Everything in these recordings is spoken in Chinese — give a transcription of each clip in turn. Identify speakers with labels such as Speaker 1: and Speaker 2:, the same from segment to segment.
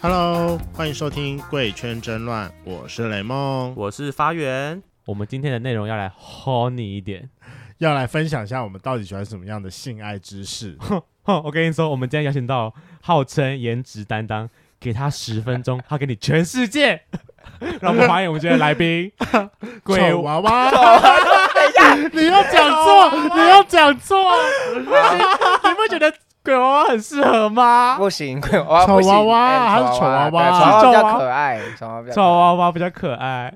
Speaker 1: Hello，欢迎收听《贵圈争乱》，我是雷梦，
Speaker 2: 我是发源。
Speaker 3: 我们今天的内容要来 horny 一点。
Speaker 1: 要来分享一下我们到底喜欢什么样的性爱知 识。
Speaker 3: 哼，哦我跟你说，我们今天邀请到号称颜值担当，给他十分钟，他给你全世界。 让我们欢迎我们今天的来 宾，鬼
Speaker 1: 丑娃娃， 你又讲错，你又讲错，
Speaker 3: 你不觉得鬼娃娃很适合 吗？
Speaker 4: 不行，鬼 娃
Speaker 1: 丑
Speaker 4: 不行
Speaker 1: 娃娃
Speaker 4: 哎
Speaker 1: 还是
Speaker 4: 丑娃
Speaker 1: 丑娃娃
Speaker 4: 哎对丑娃娃比
Speaker 3: 啊丑娃
Speaker 4: 较
Speaker 3: 娃
Speaker 4: 可爱，丑娃娃比较
Speaker 3: 丑娃娃比较可
Speaker 4: 可爱
Speaker 3: 爱，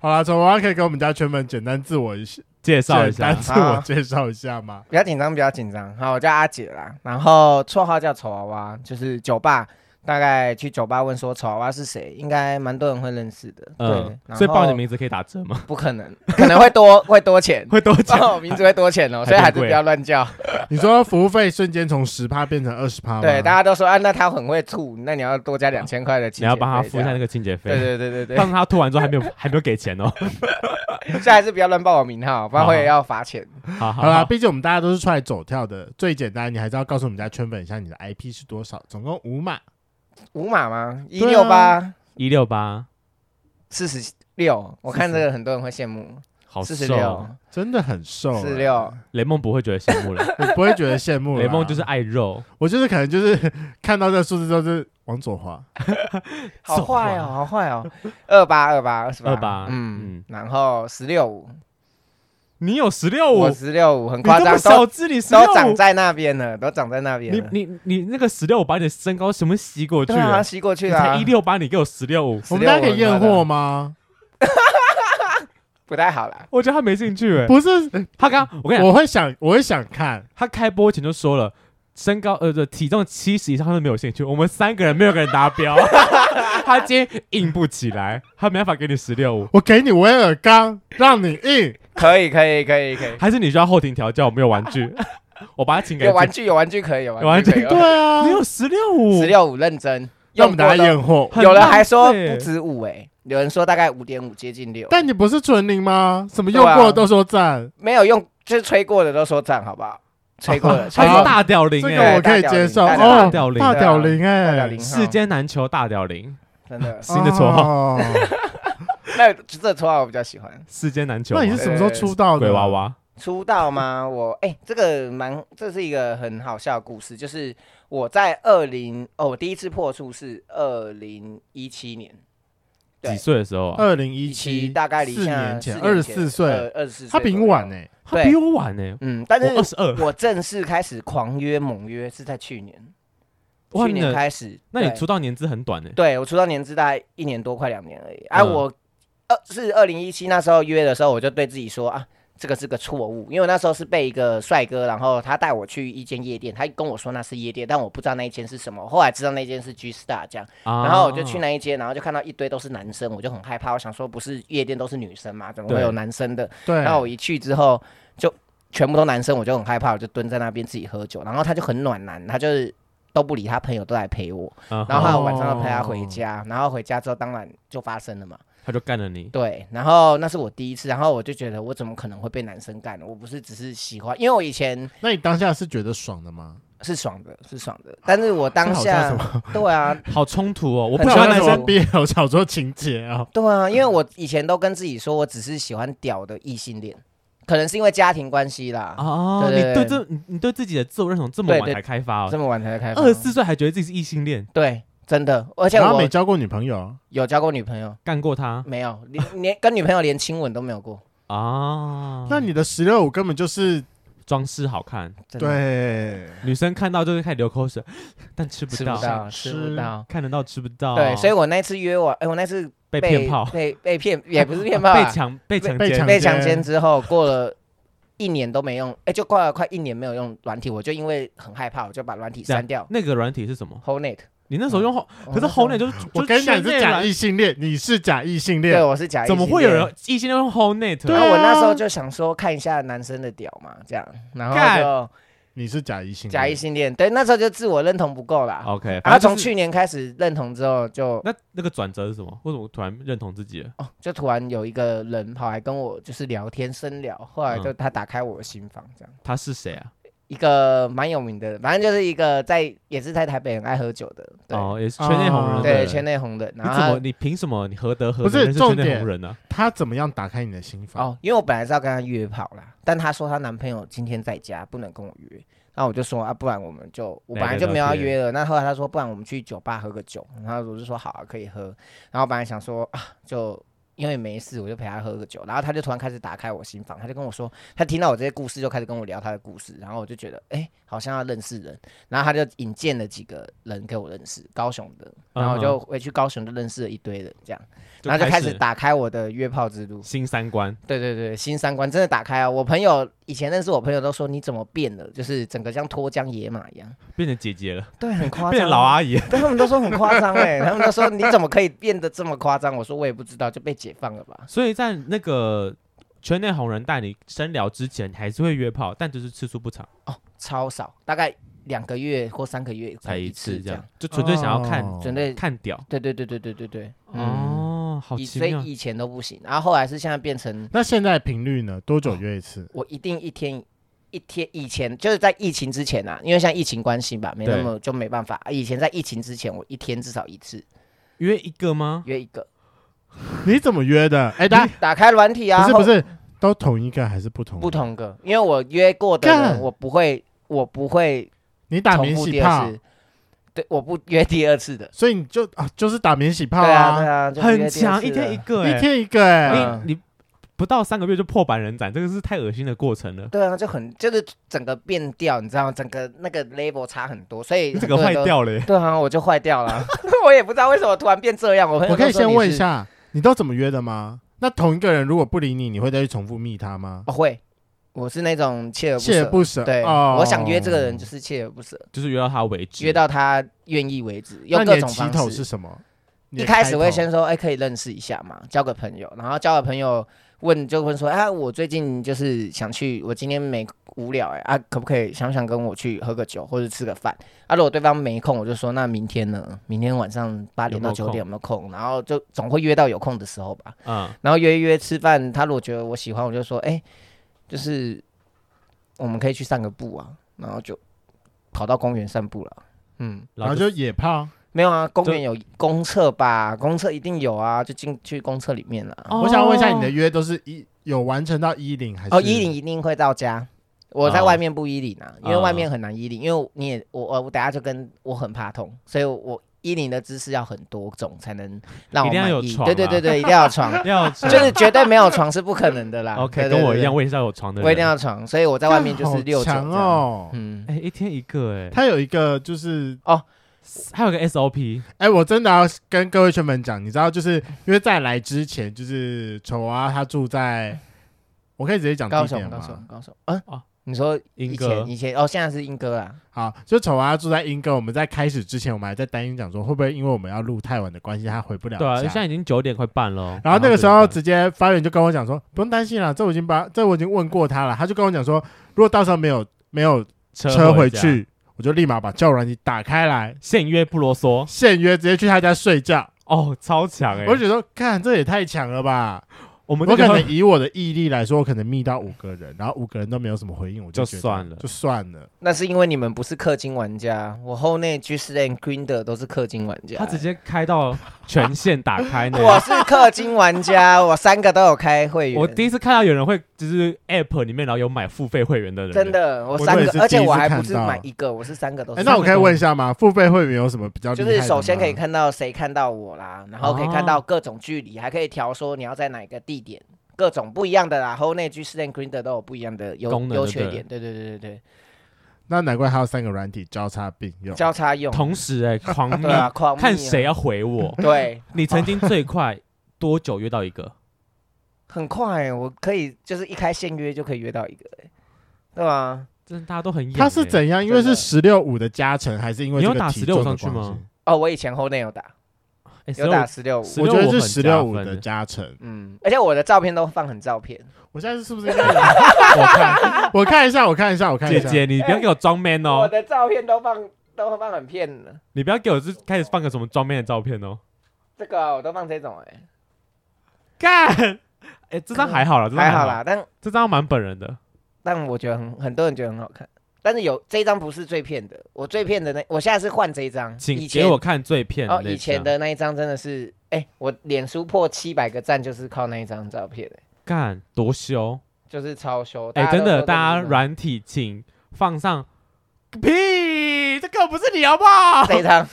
Speaker 1: 好啦，丑娃娃可以给我们家圈粉简单自我一下，
Speaker 3: 介绍一
Speaker 1: 简
Speaker 3: 下
Speaker 1: 单。自我介绍一下吗？
Speaker 4: 不要紧张，不要紧张。好，我叫阿姐啦，然后绰号叫丑娃娃，就是酒吧。大概去酒吧问说丑娃娃是谁，应该蛮多人会认识的。对
Speaker 3: 嗯，，所以报你
Speaker 4: 名
Speaker 3: 名字可以打折吗？
Speaker 4: 不可能，可能会多会多钱，
Speaker 3: 会多 钱？
Speaker 4: 报我名字会 多钱哦，所以还是不要乱叫。
Speaker 1: 你说服务费瞬间从十趴变成二十趴，
Speaker 4: 对，大，家都说啊，那他很会吐，那你要多加两千块的
Speaker 3: 你
Speaker 4: 清洁
Speaker 3: 要
Speaker 4: 费
Speaker 3: 帮他付一下
Speaker 4: 这
Speaker 3: 那
Speaker 4: 样
Speaker 3: 个清洁费。
Speaker 4: 对对对对
Speaker 3: 但是他吐完之后还没有还没有给钱哦。
Speaker 4: 对，所以还是不要乱报我名号，不然会要罚钱。
Speaker 3: 好
Speaker 1: 好啦，
Speaker 3: 好，
Speaker 1: 毕竟我们大家都是出来走跳的，最简单，你还是要告诉我们家圈粉一下你的 IP 是多少，总共五码。
Speaker 4: 五码吗？一
Speaker 1: 对
Speaker 4: 六
Speaker 1: 啊
Speaker 4: 八
Speaker 3: 一六八，
Speaker 4: 四十六，我看这个很多人会羡慕。
Speaker 3: 好
Speaker 4: 四十六
Speaker 3: 瘦。，啊
Speaker 1: 真的很瘦、啊
Speaker 4: 四十六，
Speaker 3: 雷梦不会觉得羡慕 了，
Speaker 1: 我不会觉得羡慕啦。
Speaker 3: 雷梦就是爱肉。
Speaker 1: 我，就是可能就是看到这个数字之后就是往左滑，
Speaker 3: 啊
Speaker 4: 好坏哦，好坏哦，二八二八二十八，
Speaker 3: 28
Speaker 4: 嗯
Speaker 3: 嗯，
Speaker 4: 然后十六五，
Speaker 3: 你有十六五
Speaker 4: 我，十六五很
Speaker 3: 哦你
Speaker 4: 夸
Speaker 3: 这么
Speaker 4: 张，
Speaker 3: 小
Speaker 4: 都
Speaker 3: 只，你十六
Speaker 4: 都长
Speaker 3: 五，
Speaker 4: 在那边了，都长在那边
Speaker 3: 你
Speaker 4: 了，
Speaker 3: 你你那个十六五把你的身高什么吸过去
Speaker 4: 对啊，
Speaker 3: 了？
Speaker 4: 吸过去
Speaker 3: 你
Speaker 4: 了
Speaker 3: 才
Speaker 4: 啊
Speaker 3: 一，六八，你给我十六五，
Speaker 1: 我们大家可以
Speaker 4: 16
Speaker 1: 验货吗？
Speaker 4: 不太好啦。
Speaker 3: 我觉得他没兴趣哎。
Speaker 1: 不是，
Speaker 3: 他刚我跟你讲，
Speaker 1: 我会想，我会想看。
Speaker 3: 他开播前就说了。身高呃，对，体重七十以上他都没有兴趣。我们三个人没有个人达 标，他今天硬不起来，他没办法给你十六五。
Speaker 1: 我给你威尔刚，让你硬。
Speaker 4: 可以可以可 以可以，
Speaker 3: 还是你需要后庭调教？我没有玩 具，我把它请给
Speaker 4: 有
Speaker 3: 你。
Speaker 4: 玩具有玩具可以有
Speaker 3: 有玩具
Speaker 4: 具可以，
Speaker 1: 对啊
Speaker 3: 你，有十六五，
Speaker 4: 十六五认真，
Speaker 1: 让我们大家
Speaker 4: 用过的
Speaker 1: 验货。
Speaker 3: 很欸
Speaker 4: 有人
Speaker 3: 浪
Speaker 4: 还说
Speaker 3: 费
Speaker 4: 不止五哎，有人说大概五点五接近六，
Speaker 1: 但你不是纯零吗？什么用过的都说赞，
Speaker 4: 没有用，就是吹过的都说赞好不好？吹过的，
Speaker 3: 他
Speaker 4: 吹
Speaker 3: 是
Speaker 4: 过的
Speaker 3: 大屌
Speaker 1: 这
Speaker 3: 零
Speaker 1: 个
Speaker 3: 哎、
Speaker 1: 我可以接受。
Speaker 4: 大屌
Speaker 1: 哦，
Speaker 3: 零
Speaker 1: 大
Speaker 3: 大
Speaker 1: 屌
Speaker 4: 屌零
Speaker 1: 零
Speaker 4: 大屌
Speaker 1: 哎
Speaker 4: 零，号
Speaker 3: 世间难求大屌零，
Speaker 4: 真的，
Speaker 3: 新的绰号，
Speaker 1: 哦。
Speaker 4: 那这绰号我比较喜欢。
Speaker 3: 世间难求嘛。
Speaker 1: 哦那你是什么时候出道的？
Speaker 3: 鬼娃。娃？
Speaker 4: 出道吗？我哎、这个蛮，这是一个很好笑的故事，就是我在二零哦，我第一次破处是二零一七年，对呃
Speaker 3: 几岁的时候啊？
Speaker 1: 二零一
Speaker 4: 17
Speaker 1: 七，
Speaker 4: 大概离
Speaker 1: 四
Speaker 4: 现在
Speaker 1: 年前，
Speaker 4: 4
Speaker 1: 二十四岁，，
Speaker 4: 二十四，
Speaker 1: 他比你晚欸呢。
Speaker 3: 他比我晚呢、
Speaker 4: 嗯，但
Speaker 3: 我二
Speaker 4: 是
Speaker 3: 十二。
Speaker 4: 我正式开始狂约猛约是在去年，
Speaker 3: 哇
Speaker 4: 去年
Speaker 3: 你
Speaker 4: 开始，
Speaker 3: 那你
Speaker 4: 对
Speaker 3: 出道年资很短呢、
Speaker 4: 对我出道年资大概一年多，快两年而已。啊，
Speaker 3: 嗯
Speaker 4: 我呃是二零一七那时候约的时候，我就对自己说啊，这个是个错误，因为我那时候是被一个帅哥，然后他带我去一间夜店，他跟我说那是夜店，但我不知道那一间是什么，后来知道那间是 G Star 这样，
Speaker 3: 啊
Speaker 4: 然后我就去那一间，然后就看到一堆都是男生，我就很害怕，我想说不是夜店都是女生嘛，怎么会
Speaker 3: 对
Speaker 4: 有男生的？
Speaker 1: 对，
Speaker 4: 然后我一去之后就全部都男生，我就很害怕，我就蹲在那边自己喝酒，然后他就很暖男，他就是都不理他朋友都来陪我。
Speaker 3: 嗯哼
Speaker 4: 然后还
Speaker 1: 他
Speaker 4: 有晚上要陪他回家，然后回家之后当然就发生了嘛。
Speaker 3: 他就干了你。
Speaker 4: 对，然后那是我第一次，然后我就觉得我怎么可能会被男生干？我不是只是喜欢，因为我以前
Speaker 1: 那你当下是觉得爽的吗？
Speaker 4: 是爽的，是爽的，但是我当
Speaker 1: 这好像
Speaker 4: 下
Speaker 1: 什么？
Speaker 4: 对啊，
Speaker 3: 好冲突哦！我
Speaker 4: 很
Speaker 3: 不喜欢
Speaker 4: 冲
Speaker 3: 男
Speaker 4: 突
Speaker 3: 生，
Speaker 1: 毕业有小说情节啊。
Speaker 4: 对啊，因为我以前都跟自己说我只是喜欢屌的异性恋，可能是因为家庭关系啦，
Speaker 3: 哦，
Speaker 4: 对对
Speaker 3: 你对
Speaker 4: 对
Speaker 3: 这你你对自己的自我认同这么
Speaker 4: 对
Speaker 3: 晚
Speaker 4: 对
Speaker 3: 才开发
Speaker 4: 这
Speaker 3: 哦，
Speaker 4: 么晚才开放
Speaker 3: 二十四岁还觉得自己是异性恋，
Speaker 4: 对，真的，而且
Speaker 1: 然后
Speaker 4: 我
Speaker 1: 没交过女朋友，啊
Speaker 4: 有交过女朋友，
Speaker 3: 干过他
Speaker 4: 没有连连跟女朋友连亲吻都没有过，
Speaker 3: 啊？
Speaker 1: 那你的十六五根本就是
Speaker 3: 装饰好看，
Speaker 4: 真的
Speaker 1: 对，
Speaker 3: 女生看到就会开始流口水，但吃不
Speaker 4: 吃
Speaker 3: 到，
Speaker 4: 不到，吃
Speaker 1: 吃
Speaker 4: 不到。
Speaker 3: 看得到吃不到。
Speaker 1: 哦
Speaker 4: 对，所以我那次约我，哎、我那次
Speaker 3: 被骗炮，哦
Speaker 4: 被被骗也不是骗 炮、
Speaker 3: 被
Speaker 4: 啊，
Speaker 3: 强被强
Speaker 1: 被
Speaker 3: 奸，
Speaker 4: 被
Speaker 1: 强奸
Speaker 4: 强奸之后，过了一年都没用，哎、就过了快一年没有用软体，我就因为很害怕，我就把软体
Speaker 3: 这样
Speaker 4: 删掉。
Speaker 3: 那个软体是什么？
Speaker 4: Whole Net，哦
Speaker 3: 你那时候用后，
Speaker 4: 我
Speaker 3: 可是
Speaker 4: 那时
Speaker 3: 后
Speaker 4: 候
Speaker 3: net 就是
Speaker 1: 我跟你讲，你
Speaker 3: 就是圈内
Speaker 1: 假
Speaker 3: 软
Speaker 1: 异性恋，你是假异性
Speaker 4: 对
Speaker 1: 恋，
Speaker 4: 我是假，
Speaker 3: 怎么会有人？异性恋用后 net？
Speaker 1: 对
Speaker 4: 然
Speaker 1: 啊
Speaker 4: 后我那时候就想说看一下男生的屌嘛，这样，然
Speaker 3: 干
Speaker 4: 后
Speaker 1: 你是假异性恋，
Speaker 4: 就假异性恋，对，那时候就自我认同不够啦。
Speaker 3: OK，
Speaker 4: 然后
Speaker 3: 哦反正
Speaker 4: 从
Speaker 3: 就是
Speaker 4: 去年开始认同之后就，
Speaker 3: 那那个转折是什么？为什么我突然认同自己了？
Speaker 4: 哦，就突然有一个
Speaker 3: 嗯
Speaker 4: 人跑来跟我就是聊天深聊，后来就他打开我的心房这样。
Speaker 3: 他是谁啊？
Speaker 4: 一个蛮有名的，反正就是一个在也是在台北很爱喝酒的，对、
Speaker 3: 哦，也是圈内红人，
Speaker 1: 哦
Speaker 4: 对，圈内红的。
Speaker 3: 你
Speaker 4: 然后
Speaker 3: 怎么
Speaker 4: 他
Speaker 3: 你凭什么你何德何
Speaker 1: 不是
Speaker 3: 能认识
Speaker 1: 重
Speaker 3: 圈内
Speaker 1: 点
Speaker 3: 红人呢？
Speaker 1: 他怎么样打开你的心房？
Speaker 4: 哦，因为我本来是要跟他约跑啦，但她说她男朋友今天在家，不能跟我约。那我就说啊，不然我们就我本来就没有要约了。那后来他说，不然我们去酒吧喝个酒。然后我就说好、啊，可以喝。然后本来想说啊，就因为没事，我就陪他喝个酒。然后他就突然开始打开我心房，他就跟我说，他听到我这些故事，就开始跟我聊他的故事。然后我就觉得，哎、好像要认识人。然后他就引荐了几个人给我认识，高雄的。然后我就回去高雄，就认识了一堆人，这样。然嗯后就开始打开我的约炮之路。
Speaker 3: 新三观，
Speaker 4: 对对对，新三观真的打开啊！我朋友以前认识我朋友都说你怎么变了，就是整个像脱缰野马一样，
Speaker 3: 变成姐姐了，
Speaker 4: 对，很夸张，
Speaker 3: 变成老啊阿姨了，
Speaker 4: 对，他们都说很夸张哎， 他们都说你怎么可以变得这么夸张？我说我也不知道，就被解放了吧？
Speaker 3: 所以在那个圈内红人带你深聊之前，你还是会约炮，但就是次数不长，
Speaker 4: 哦，超少，大概两个月或三个月
Speaker 3: 才
Speaker 4: 一
Speaker 3: 一次
Speaker 4: 这
Speaker 3: 这样，，就纯粹想要看
Speaker 1: 哦
Speaker 4: 准备，
Speaker 3: 看屌。
Speaker 4: 对对对对对对对，嗯，
Speaker 3: 哦，好
Speaker 4: 以
Speaker 3: 奇
Speaker 4: 所以
Speaker 3: 妙。
Speaker 4: 以前都不行，然后后来是现在变成
Speaker 1: 那现在频率呢？多久约一次？
Speaker 4: 我一定一天一天以前就是在疫情之前啊，因为像疫情关系吧，没那
Speaker 3: 对
Speaker 4: 么就没办法。以前在疫情之前，我一天至少一次
Speaker 3: 约一个吗？
Speaker 4: 约一个，
Speaker 1: 你怎么约的？哎，大家
Speaker 4: 打开软体啊，
Speaker 1: 不是不
Speaker 4: 哦后
Speaker 1: 是，都同一个还是不同？
Speaker 4: 不。同个，因为我约过的
Speaker 1: 干
Speaker 4: 人，我不会我不会
Speaker 1: 你打
Speaker 4: 重
Speaker 1: 免
Speaker 4: 复
Speaker 1: 洗
Speaker 4: 第
Speaker 1: 泡
Speaker 4: 二，次，对，我不约第二次的。
Speaker 1: 所以你就啊，就是打免洗泡
Speaker 4: 对啊对啊，就不
Speaker 3: 很
Speaker 4: 约第二
Speaker 3: 强，
Speaker 4: 次
Speaker 3: 一天
Speaker 4: 了
Speaker 3: 一个、
Speaker 1: 一
Speaker 3: 欸，
Speaker 1: 天一个哎、
Speaker 4: 嗯
Speaker 3: 你你不到三个月就破百人斩，这个是太恶心的过程了，
Speaker 4: 对啊，就很就是整个变调，你知道吗？整个那个 level 差很多，所以
Speaker 3: 你
Speaker 4: 很
Speaker 3: 整个
Speaker 4: 多
Speaker 3: 坏
Speaker 4: 人都。
Speaker 3: 掉了、欸。
Speaker 4: 对啊，我就坏掉了， 我也不知道为什么突然变这样。我朋友
Speaker 1: 我可以
Speaker 4: 都说
Speaker 1: 先
Speaker 4: 你
Speaker 1: 问一
Speaker 4: 是，
Speaker 1: 下，你都怎么约的吗？那同一个人如果不理你，你会再去重复密他吗？
Speaker 4: 我哦会，我是那种锲而不
Speaker 1: 锲
Speaker 4: 舍
Speaker 1: 而不舍。
Speaker 4: 对，
Speaker 1: 哦
Speaker 4: 我想约这个人就是锲而不舍，
Speaker 3: 就是约到他为止，
Speaker 4: 约到他愿意为止，用
Speaker 1: 那你
Speaker 4: 各
Speaker 1: 的
Speaker 4: 种
Speaker 1: 起头
Speaker 4: 方
Speaker 1: 是
Speaker 4: 式。
Speaker 1: 什么？你
Speaker 4: 一
Speaker 1: 的
Speaker 4: 开始会
Speaker 1: 头
Speaker 4: 先说，哎，可以认识一下嘛，交个朋友，然后交个朋友问就问说，哎，我最近就是想去，我今天没无聊哎、啊，可不可以想不想跟我去喝个酒或者吃个饭？啊，如果对方没空，我就说那明天呢？明天晚上八点到
Speaker 3: 有没有
Speaker 4: 九
Speaker 3: 空
Speaker 4: 点有没有空？然后就总会约到有空的时候吧。
Speaker 3: 嗯，
Speaker 4: 然后约一约吃饭，他如果觉得我喜欢，我就说，哎、就是我们可以去散个步啊，然后就跑到公园散步了。嗯，
Speaker 1: 然
Speaker 3: 然
Speaker 1: 后
Speaker 3: 后
Speaker 1: 就
Speaker 3: 就
Speaker 1: 野炮。
Speaker 4: 没有啊，公
Speaker 3: 就
Speaker 4: 园有公厕吧？公厕一定有啊，就进去公厕里面了。
Speaker 3: 哦
Speaker 1: 我想问一下，你的约都是一有完成到一零还是？
Speaker 4: 哦，衣领一定会到家。我在
Speaker 3: 哦
Speaker 4: 外面不衣领啊，因为
Speaker 3: 哦
Speaker 4: 外面很难衣领，因为你也我呃我我等下就跟我很怕痛，所以我衣领的姿势要很多种才能让我
Speaker 3: 一定要
Speaker 4: 满
Speaker 3: 有
Speaker 4: 意。
Speaker 3: 床
Speaker 4: 对对
Speaker 3: 啊
Speaker 4: 对对，一定要有 床，
Speaker 3: 要就
Speaker 4: 就是绝对没有床是不可能
Speaker 1: 啊
Speaker 4: 的啦。
Speaker 3: OK，
Speaker 4: 对
Speaker 3: 跟我一。
Speaker 4: 对对
Speaker 3: 样，我也是要有床的人。
Speaker 4: 我一定要床，所以我在外面就是六九这
Speaker 1: 强
Speaker 4: 样。
Speaker 1: 哦。
Speaker 4: 嗯，
Speaker 3: 哎、一天一个哎、
Speaker 1: 他有一个就是，
Speaker 3: 还有个 SOP，
Speaker 1: 哎、我真的要跟各位圈粉讲，你知道，就是因为在来之前，就是丑娃他住在，我可以直接讲地
Speaker 4: 高雄，
Speaker 1: 点
Speaker 4: 高
Speaker 1: 吗
Speaker 4: 雄，？高雄。啊
Speaker 3: 哦
Speaker 4: 你说
Speaker 3: 英
Speaker 4: 以
Speaker 3: 哥
Speaker 4: 前以前哦，现在是英哥啊。
Speaker 1: 好，就丑娃住在英哥，我们在开始之前，我们还在担心讲说，会不会因为我们要录太晚的关系，他回不了
Speaker 3: 对啊，
Speaker 1: 家
Speaker 3: 现在已经九点快半了哦。
Speaker 1: 然后那个时候
Speaker 3: 怎么
Speaker 1: 直接发言就跟我讲说，不用担心啦，这我已经把这我已经问过他了，他就跟我讲说，如果到时候没有没有
Speaker 3: 办
Speaker 1: 车回
Speaker 3: 家，
Speaker 1: 去，我就立马把交友软件打开来，
Speaker 3: 现约不啰嗦
Speaker 1: 现约直接去他家睡觉。
Speaker 3: 哦，超强哎、
Speaker 1: 我就觉得，看这也太强了吧！
Speaker 3: 我们
Speaker 1: 我
Speaker 3: 这
Speaker 1: 可
Speaker 3: 个
Speaker 1: 能以我的毅力来说，我可能密到五个人，然后五个人都没有什么回应，我
Speaker 3: 就
Speaker 1: 觉得
Speaker 3: 算了
Speaker 1: 就算了。
Speaker 4: 那是因为你们不是氪金玩家，我后内 G s l a n Green 的都是氪金玩家。
Speaker 3: 他直接开到权限打开 呢。
Speaker 4: 我是氪金玩家， 我三个都有开会员。
Speaker 3: 我第一次看到有人会就是 App 里面然后有买付费会员的人，
Speaker 4: 真的，我
Speaker 1: 我
Speaker 4: 三
Speaker 1: 也是
Speaker 4: 个，而且
Speaker 1: 第一
Speaker 4: 我
Speaker 1: 次
Speaker 4: 还不
Speaker 1: 看
Speaker 4: 是
Speaker 1: 到
Speaker 4: 买一个，我是三个都
Speaker 1: 哎，
Speaker 4: 是。
Speaker 1: 那我可以问一下吗？付费会员有什么比较厉害
Speaker 4: 就
Speaker 1: 的吗？
Speaker 4: 是首先可以看到谁看到我啦，然后可以看到各种距离，还可以调说你要在哪个地点，各种不一样的啦。后内 G s l a n Green 的都有不一样的优
Speaker 3: 功能
Speaker 4: 优
Speaker 3: 就对
Speaker 4: 缺
Speaker 3: 了
Speaker 4: 点，对对对对对，
Speaker 1: 那难怪还有三个软体交叉并用。
Speaker 4: 交叉用。
Speaker 3: 同时 哎、狂密
Speaker 4: 对啊，狂密啊
Speaker 3: 看谁要回 我。
Speaker 4: 对，
Speaker 3: 你曾经最快多久约到一个？
Speaker 4: 很快、我可以就是一开现约就可以约到一个、欸，对啊吧？
Speaker 3: 真的大家都很野、
Speaker 1: 他是
Speaker 3: 欸
Speaker 1: 怎样？因为是十六五的加成，还是因为
Speaker 3: 你有
Speaker 1: 这个
Speaker 3: 打
Speaker 1: 体重的
Speaker 3: 16上去吗
Speaker 1: 关系？
Speaker 4: 哦，我以前后内有打，
Speaker 3: 欸
Speaker 4: 有打十六五，
Speaker 3: 16
Speaker 1: 我觉得是十
Speaker 3: 很
Speaker 1: 六
Speaker 3: 加
Speaker 1: 五
Speaker 3: 分
Speaker 1: 的加成。
Speaker 4: 嗯，而且我的照片都放很照片，
Speaker 1: 我现在是不是应该？
Speaker 3: 哎
Speaker 1: 我看，我看一下，我看一下，我看一
Speaker 3: 姐
Speaker 1: 下。
Speaker 3: 姐， 你不要给我装 man
Speaker 4: 我
Speaker 3: 哦，
Speaker 4: 的照片都放都放很骗的，
Speaker 3: 你不要给我是开始放个什么装 man 的照片哦。
Speaker 4: 这个啊、我都放这种、欸，
Speaker 3: 干，哎，这张还好了，这张
Speaker 4: 还好
Speaker 3: 好，
Speaker 4: 啦，但
Speaker 3: 这张蛮本人的。
Speaker 4: 但我觉得很很多人觉得很好看，但是有这一张不是最骗的，我最骗的那，我现在是换这一张。以
Speaker 3: 请
Speaker 4: 前
Speaker 3: 给我看最骗
Speaker 4: 哦，
Speaker 3: 那
Speaker 4: 以前
Speaker 3: 张
Speaker 4: 的那一张真的是，哎、我脸书破七百个赞就是靠那一张照片、哎
Speaker 3: 干多羞。
Speaker 4: 就是超羞。
Speaker 3: 哎、
Speaker 4: 大家
Speaker 3: 真
Speaker 4: 都
Speaker 3: 的，
Speaker 4: 说
Speaker 3: 大家
Speaker 4: 这是
Speaker 3: 软体请放上屁，这个不是你好不好？
Speaker 4: 这 一张，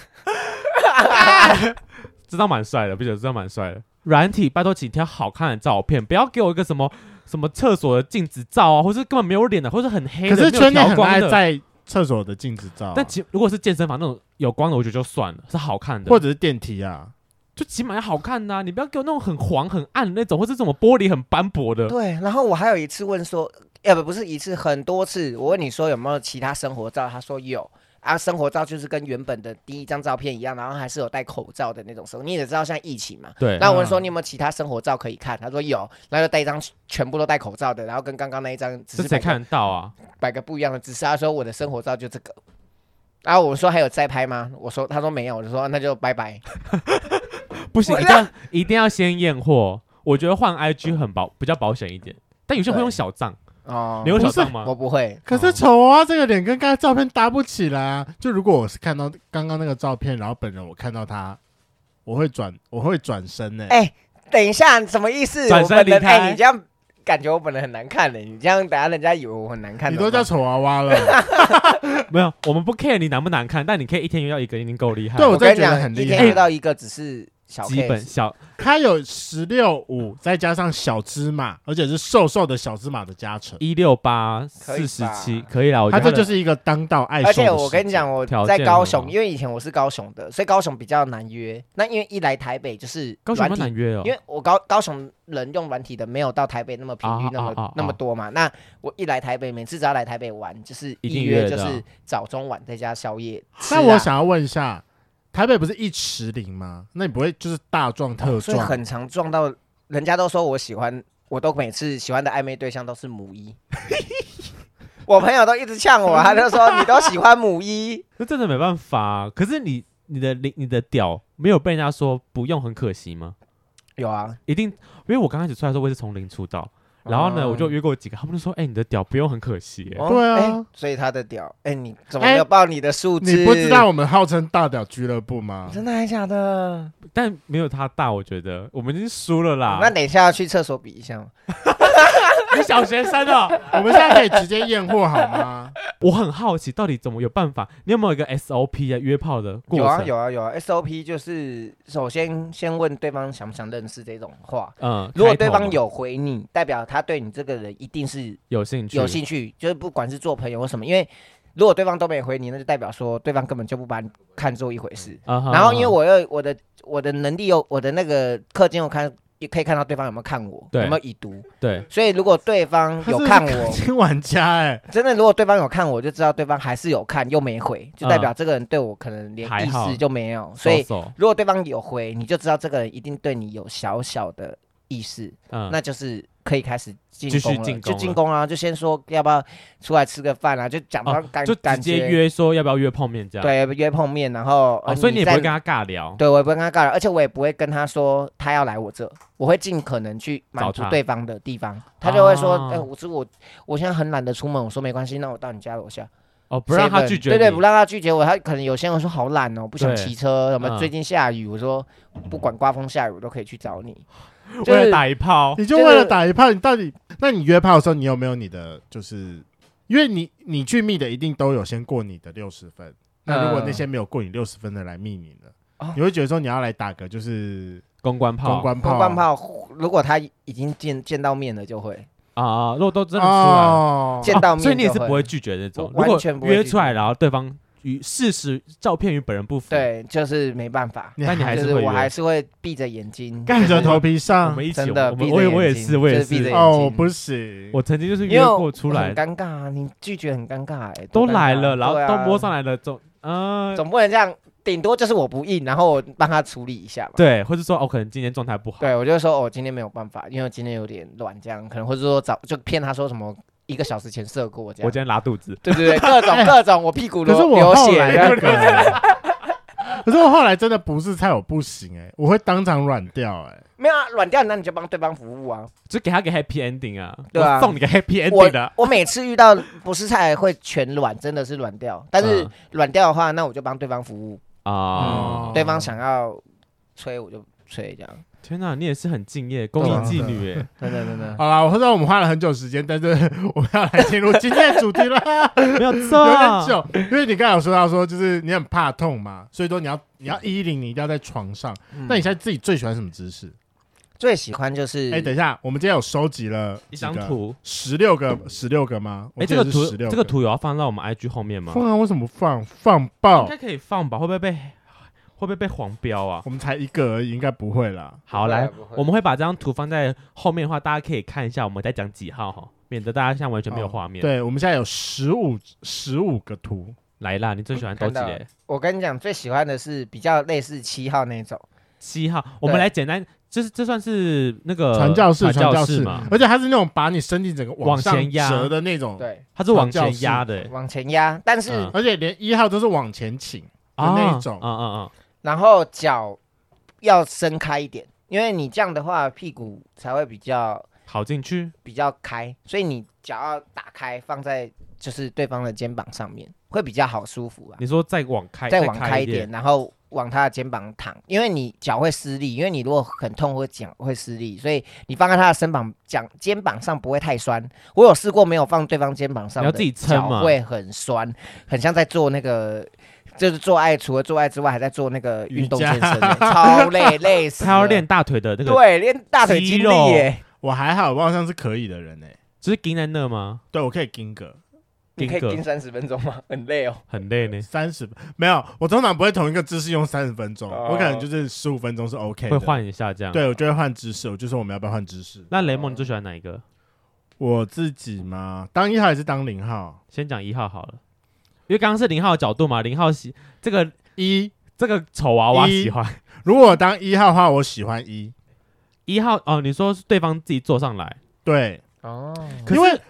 Speaker 3: 这张蛮帅的，不觉得这张蛮帅的？软体拜托，请挑好看的照片，不要给我一个什么什么厕所的镜子照啊，或是根本没有脸的，或是很黑的，
Speaker 1: 可是
Speaker 3: 没有
Speaker 1: 圈内
Speaker 3: 调
Speaker 1: 很
Speaker 3: 光
Speaker 1: 爱
Speaker 3: 的。
Speaker 1: 在厕所的镜子照啊，
Speaker 3: 但其如果是健身房那种有光的，我觉得就算了，是好看的，
Speaker 1: 或者是电梯
Speaker 3: 哦
Speaker 1: 啊，
Speaker 3: 就起码要好看呐、你不要给我那种很黄、很暗的那种，或是什么玻璃很斑驳的。
Speaker 4: 对。然后我还有一次问说，呃，不不是一次，很多次，我问你说有没有其他生活照，他说有。啊，生活照就是跟原本的第一张照片一样，然后还是有戴口罩的那种生活。你也知道，像疫情嘛，
Speaker 3: 对，
Speaker 4: 那我问说你有没有其他生活照可以看？他说有，啊那就带一张全部都戴口罩的，然后跟刚刚那一张只
Speaker 3: 这
Speaker 4: 是
Speaker 3: 谁
Speaker 4: 摆个
Speaker 3: 看得到啊？
Speaker 4: 摆个不一样的姿势。他说我的生活照就这个。然后我说还有再拍吗？我说他说没有，我就说啊那就 拜拜。
Speaker 3: 不行，
Speaker 4: 我
Speaker 3: 一定要一定要先验货。我觉得换 IG 很保比较保险一点，但有些人会用小账，
Speaker 4: 哦
Speaker 3: 你，有小
Speaker 1: 不是
Speaker 3: 账吗？
Speaker 4: 我不会。
Speaker 1: 可是丑啊，这个脸跟刚才照片搭不起来啊。就如果我是看到刚刚那个照片，然后本人我看到他，我会转，我会转身欸呢、
Speaker 4: 哎、等一下，什么意思？
Speaker 3: 转
Speaker 4: 我
Speaker 3: 身
Speaker 4: 本人
Speaker 3: 离开
Speaker 4: 哎、你这样感觉我本人很难看的，你这样等下人家以为我很难看。
Speaker 1: 你都
Speaker 4: 怎
Speaker 1: 叫
Speaker 4: 么办
Speaker 1: 丑娃娃了，
Speaker 3: 没有，我们不 care 你难不难看，但你可以一天约到一个，已经够厉害。
Speaker 1: 对我
Speaker 4: 我
Speaker 1: 真的
Speaker 4: 跟你
Speaker 1: 觉得
Speaker 4: 讲，
Speaker 1: 很
Speaker 4: 一
Speaker 1: 厉
Speaker 4: 天遇
Speaker 1: 害。
Speaker 4: 到一个只是小 case,
Speaker 3: 基本小
Speaker 1: 他有十六五，再加上小芝麻，而且是瘦瘦的小芝麻的加成，
Speaker 3: 一六八
Speaker 4: 可以
Speaker 3: 四十七，
Speaker 4: 吧
Speaker 3: 可以啦。我觉
Speaker 1: 他
Speaker 3: 得他
Speaker 1: 这
Speaker 3: 的
Speaker 1: 就是一个当道爱瘦。
Speaker 4: 而且我跟你，讲，我
Speaker 3: 条
Speaker 4: 在
Speaker 3: 件哦
Speaker 4: 高
Speaker 3: 很
Speaker 4: 雄，
Speaker 3: 好
Speaker 4: 因为以前我是高雄的，所以高雄比较难约。那因为一来台北就是
Speaker 3: 高雄
Speaker 4: 软
Speaker 3: 不
Speaker 4: 体
Speaker 3: 难约哦
Speaker 4: 因，为我高高雄人用软体的没有到台北那么频率
Speaker 3: 啊
Speaker 4: 那么、
Speaker 3: 啊啊啊
Speaker 4: 那么多嘛。那我一来台北，每次只要来台北玩，就是
Speaker 3: 一定
Speaker 4: 约
Speaker 3: 约
Speaker 4: 就
Speaker 3: 的啊
Speaker 4: 是早中晚再加宵夜。
Speaker 1: 那
Speaker 4: 吃啊
Speaker 1: 我想要问一下，台北不是一尺零吗？那你不会就是大壮特
Speaker 4: 哦所以
Speaker 1: 壮？
Speaker 4: 很常撞到，人家都说我喜欢，我都每次喜欢的暧昧对象都是母一。 我朋友都一直呛 我，啊他就说你都喜欢母一，
Speaker 3: 那真的没办法啊。可是你你的你你的屌没有被人家说不用很可惜吗？
Speaker 4: 有啊，
Speaker 3: 一定，因为我刚开始出来的时候我也是从零出道，然后呢
Speaker 4: 哦
Speaker 3: 我就约过几个，他们就说，哎，你的屌不用很可惜耶。
Speaker 4: 哦
Speaker 1: 对啊
Speaker 4: 哎所以他的屌，哎、你怎么没有
Speaker 1: 哎
Speaker 4: 报你的数字、
Speaker 1: 你不知道我们号称大屌俱乐部吗？
Speaker 4: 真的还假的？
Speaker 3: 但没有他大，我觉得我们已经输了
Speaker 1: 啊
Speaker 3: 啦。
Speaker 4: 哦那等一下要去厕所比一下吗？
Speaker 3: 你小学生哦，
Speaker 1: 我们现在可以直接验货好吗？
Speaker 3: 我很好奇，到底怎么有办法？你有没有一个 SOP 啊？约炮的过
Speaker 4: 有
Speaker 3: 程？
Speaker 4: 啊有啊有啊，SOP 就是首先先问对方想不想认识这种话。
Speaker 3: 嗯，
Speaker 4: 如果
Speaker 3: 开
Speaker 4: 对
Speaker 3: 头
Speaker 4: 方
Speaker 3: 嘛
Speaker 4: 有回你，代表他对你这个人一定是
Speaker 3: 有兴趣，
Speaker 4: 有兴趣，就是不管是做朋友或什么，因为如果对方都没回你，那就代表说对方根本就不把你看作一回事。
Speaker 3: 啊哈，
Speaker 4: 然后因为我又我的我的能力有我的那个课间有看，也可以看到对方有没有看我，有
Speaker 3: 对
Speaker 4: 没有已读。
Speaker 3: 对
Speaker 4: 所以如果对方有看 我，
Speaker 1: 新玩家哎、
Speaker 4: 真的，如果对方有看我，就知道对方还是有看又没回，就代
Speaker 3: 嗯
Speaker 4: 表这个人对我可能连
Speaker 3: 还
Speaker 4: 意
Speaker 3: 好
Speaker 4: 思就没有。所以
Speaker 3: 搜搜
Speaker 4: 如果对方有回，你就知道这个人一定对你有小小的意思，
Speaker 3: 嗯，
Speaker 4: 那就是可以开始进
Speaker 3: 继续
Speaker 4: 攻了，
Speaker 3: 进
Speaker 4: 就
Speaker 3: 攻
Speaker 4: 进
Speaker 3: 了
Speaker 4: 攻啊，就先说要不要出来吃个饭啊，就讲到感、
Speaker 3: 哦就直
Speaker 4: 感
Speaker 3: 接
Speaker 4: 觉，
Speaker 3: 约说要不要约碰面这样。
Speaker 4: 对，约碰面，然后、
Speaker 3: 哦，
Speaker 4: 呃
Speaker 3: 所以你也不
Speaker 4: 再
Speaker 3: 会跟他尬聊，
Speaker 4: 对，我也不会跟他尬聊，而且我也不会跟他说他要来我这，我会尽可能去满
Speaker 3: 找
Speaker 4: 足
Speaker 3: 他
Speaker 4: 对方的地方。他就会说：“
Speaker 3: 啊
Speaker 4: 哎、我这我我现在很懒得出门。”我说：“没关系，那我到你家楼下。”
Speaker 3: 哦，不让他拒绝你，
Speaker 4: 对对，不让他拒绝我。他可能有些人说好懒哦，不想
Speaker 3: 对
Speaker 4: 骑车，什么
Speaker 3: 嗯
Speaker 4: 最近下雨，我说不管刮风下雨，我都可以去找你。就
Speaker 3: 为了
Speaker 4: 是嗯
Speaker 3: 打一炮，
Speaker 1: 你就
Speaker 4: 就是
Speaker 1: 为了打一炮，你到底？那你约炮的时候，你有没有你的？就是因为你你去密的一定都有先过你的六十分。那如果那些没有过你六十分的来密你呢
Speaker 4: 哦？
Speaker 1: 你会觉得说你要来打个就是
Speaker 3: 公关炮，
Speaker 1: 公关炮，啊
Speaker 4: 碰碰炮，如果他已经见见到面了，就会
Speaker 3: 啊，如果都真的出来，
Speaker 1: 哦，
Speaker 4: 见到面就会、
Speaker 3: 所以你也是不会拒绝那种。
Speaker 4: 我
Speaker 3: 如
Speaker 4: 完
Speaker 3: 果
Speaker 4: 全不会
Speaker 3: 约
Speaker 4: 拒
Speaker 3: 出来，
Speaker 4: 绝
Speaker 3: 然后对方与事实照片与本人不符，，
Speaker 4: 对，就是没办法，
Speaker 1: 你
Speaker 3: 嗯但你还
Speaker 4: 就是
Speaker 3: 会
Speaker 4: 我
Speaker 3: 约
Speaker 4: 还是会闭着眼睛，
Speaker 1: 盖着头皮
Speaker 3: 我
Speaker 1: 上
Speaker 3: 们一起，
Speaker 4: 真
Speaker 3: 我
Speaker 4: 的
Speaker 3: 们
Speaker 4: 闭着
Speaker 3: 我也我也
Speaker 4: 眼睛
Speaker 3: 是，我也
Speaker 4: 就是闭着
Speaker 3: 是
Speaker 4: 眼，
Speaker 1: 哦，
Speaker 4: 睛
Speaker 1: 不行，
Speaker 3: 我曾经就是
Speaker 4: 因
Speaker 3: 约
Speaker 4: 为
Speaker 3: 过出来
Speaker 4: 很，尴尬啊，你拒绝很尴尬哎、
Speaker 3: 都
Speaker 4: 多尴尬
Speaker 3: 来了，然后
Speaker 4: 对啊
Speaker 3: 都摸上来了，总啊，
Speaker 4: 总不能这样，顶多就是我不应，然后我帮他处理一下吧。
Speaker 3: 对，或者说哦，可能今天状态不好，
Speaker 4: 对，我就说哦，今天没有办法，因为我今天有点乱，这样可能或者说早就骗他说什么一个小时前射过这
Speaker 3: 我
Speaker 4: 样
Speaker 3: 今，天拉肚子，
Speaker 4: 对对 对，各种各种，我屁股
Speaker 1: 哎可是
Speaker 4: 流
Speaker 1: 我
Speaker 4: 流
Speaker 1: 后
Speaker 4: 血
Speaker 1: 来
Speaker 4: 这样
Speaker 1: 那欸个，可是我后来真的不是菜，我不行哎、我会当场软掉哎、
Speaker 4: 没有啊，软掉，那你就帮对方服务啊。
Speaker 3: 就给他个 happy ending 啊，
Speaker 4: 对啊
Speaker 3: 我送你个
Speaker 1: 哎
Speaker 3: happy
Speaker 4: 我
Speaker 3: ending 的。
Speaker 4: 我每次遇到不是菜会全软，真的是软掉。但是
Speaker 3: 嗯
Speaker 4: 软掉的话，那我就帮对方服务，
Speaker 3: 啊
Speaker 1: 哦！
Speaker 4: 对方想要吹我就吹，这样。
Speaker 3: 天哪，你也是很敬业，公益
Speaker 1: 啊
Speaker 3: 妓 女哎。
Speaker 4: 真的真的，
Speaker 1: 好啦，我知道我们花了很久时间，但是 我们要来进入今天的主题 了，
Speaker 3: 没有错，啊
Speaker 1: 有点久，因为你刚才有说到说，就是你很怕痛嘛，所以说你要你要一零，你一定要在床上。
Speaker 4: 嗯
Speaker 1: 那你现在自己最喜欢什么姿势？
Speaker 4: 最喜欢就是
Speaker 1: 哎，等一下，我们今天有收集了
Speaker 3: 一张图，
Speaker 1: 十六个，十六个吗？
Speaker 3: 哎，这个图
Speaker 1: 十六，
Speaker 3: 这个图有要放到我们 IG 后面吗？
Speaker 1: 放啊，为什么不放放
Speaker 3: 应
Speaker 1: 爆？
Speaker 3: 该可以放吧？会不会被会不会被黄标啊？
Speaker 1: 我们才一个而已，应该不会啦。
Speaker 3: 好，来，
Speaker 4: 啊不会
Speaker 3: 我们会把这张图放在后面的话，大家可以看一下我们在讲几号哈，免得大家现在完全没有
Speaker 1: 哦
Speaker 3: 画面。，
Speaker 1: 对，我们现在有十五十五个图，
Speaker 3: 来啦，你最喜欢多
Speaker 4: 看
Speaker 3: 几
Speaker 4: 到
Speaker 3: 嘞？
Speaker 4: 我跟你讲，最喜欢的是比较类似七号那种，
Speaker 3: 七号，我们来简单，这是这算是那个
Speaker 1: 传教士
Speaker 3: 呃传
Speaker 1: 传教
Speaker 3: 士
Speaker 1: 士
Speaker 3: 嘛？
Speaker 1: 而且它是那种把你身体整个
Speaker 3: 往
Speaker 1: 上
Speaker 3: 前压
Speaker 1: 折的那种，
Speaker 4: 对，
Speaker 3: 他是往
Speaker 1: 传教
Speaker 3: 前压
Speaker 1: 士
Speaker 3: 的欸
Speaker 4: 往前压，但是、
Speaker 3: 嗯
Speaker 1: 而且连一号都是往前倾的
Speaker 3: 啊
Speaker 1: 那一种。
Speaker 3: 嗯嗯
Speaker 4: 然后脚要伸开一点，因为你这样的话屁股才会比较
Speaker 3: 嗯，好进去。
Speaker 4: 比较开，所以你脚要打开放在就是对方的肩膀上面，会比较好舒服啊。
Speaker 3: 你说再往开，
Speaker 4: 再往
Speaker 3: 开
Speaker 4: 开一点，
Speaker 3: 点，
Speaker 4: 然后往他的肩膀躺，因为你脚会失力，因为你如果很痛会脚会失力，所以你放在他的身膀、讲肩膀上不会太酸。我有试过没有放对方肩膀上
Speaker 3: 你
Speaker 4: 的，
Speaker 3: 要自己撑嘛
Speaker 4: 脚会很酸，很像在做那个。就是做爱，除了做爱之外，还在做那个运动
Speaker 1: 瑜伽
Speaker 4: 健身欸、超累，累死了。
Speaker 3: 他要练大腿的那个，
Speaker 4: 对，练大腿
Speaker 3: 肌
Speaker 4: 肌力
Speaker 3: 肉
Speaker 4: 耶，
Speaker 1: 我还好，我好像是可以的人呢、
Speaker 3: 就是盯在那吗？
Speaker 1: 对，我可以盯个
Speaker 4: 你可以
Speaker 3: 丁克
Speaker 4: 盯三十分钟吗？很累哦。
Speaker 3: 很累呢，
Speaker 1: 三十，没有，我通常不会同一个姿势用三十分钟，
Speaker 4: 哦
Speaker 1: 我可能就是十五分钟是 OK
Speaker 3: 会
Speaker 1: 的。，
Speaker 3: 换一下这样。，
Speaker 1: 对我就会换姿势，我就说我们要不要换姿势？
Speaker 3: 那雷蒙你最喜欢哪一个？
Speaker 1: 我自己嘛，当一号还是当零号？
Speaker 3: 先讲一号好了，因为刚刚是零号的角度嘛，零号喜这个
Speaker 1: 一，
Speaker 3: 这个丑娃娃
Speaker 1: 一
Speaker 3: 喜欢
Speaker 1: 如果我当一号的话，我喜欢一。
Speaker 3: 一号哦，你说是对方自己坐上来，
Speaker 1: 对，
Speaker 4: 哦，
Speaker 3: 可
Speaker 1: 因
Speaker 3: 是
Speaker 1: 为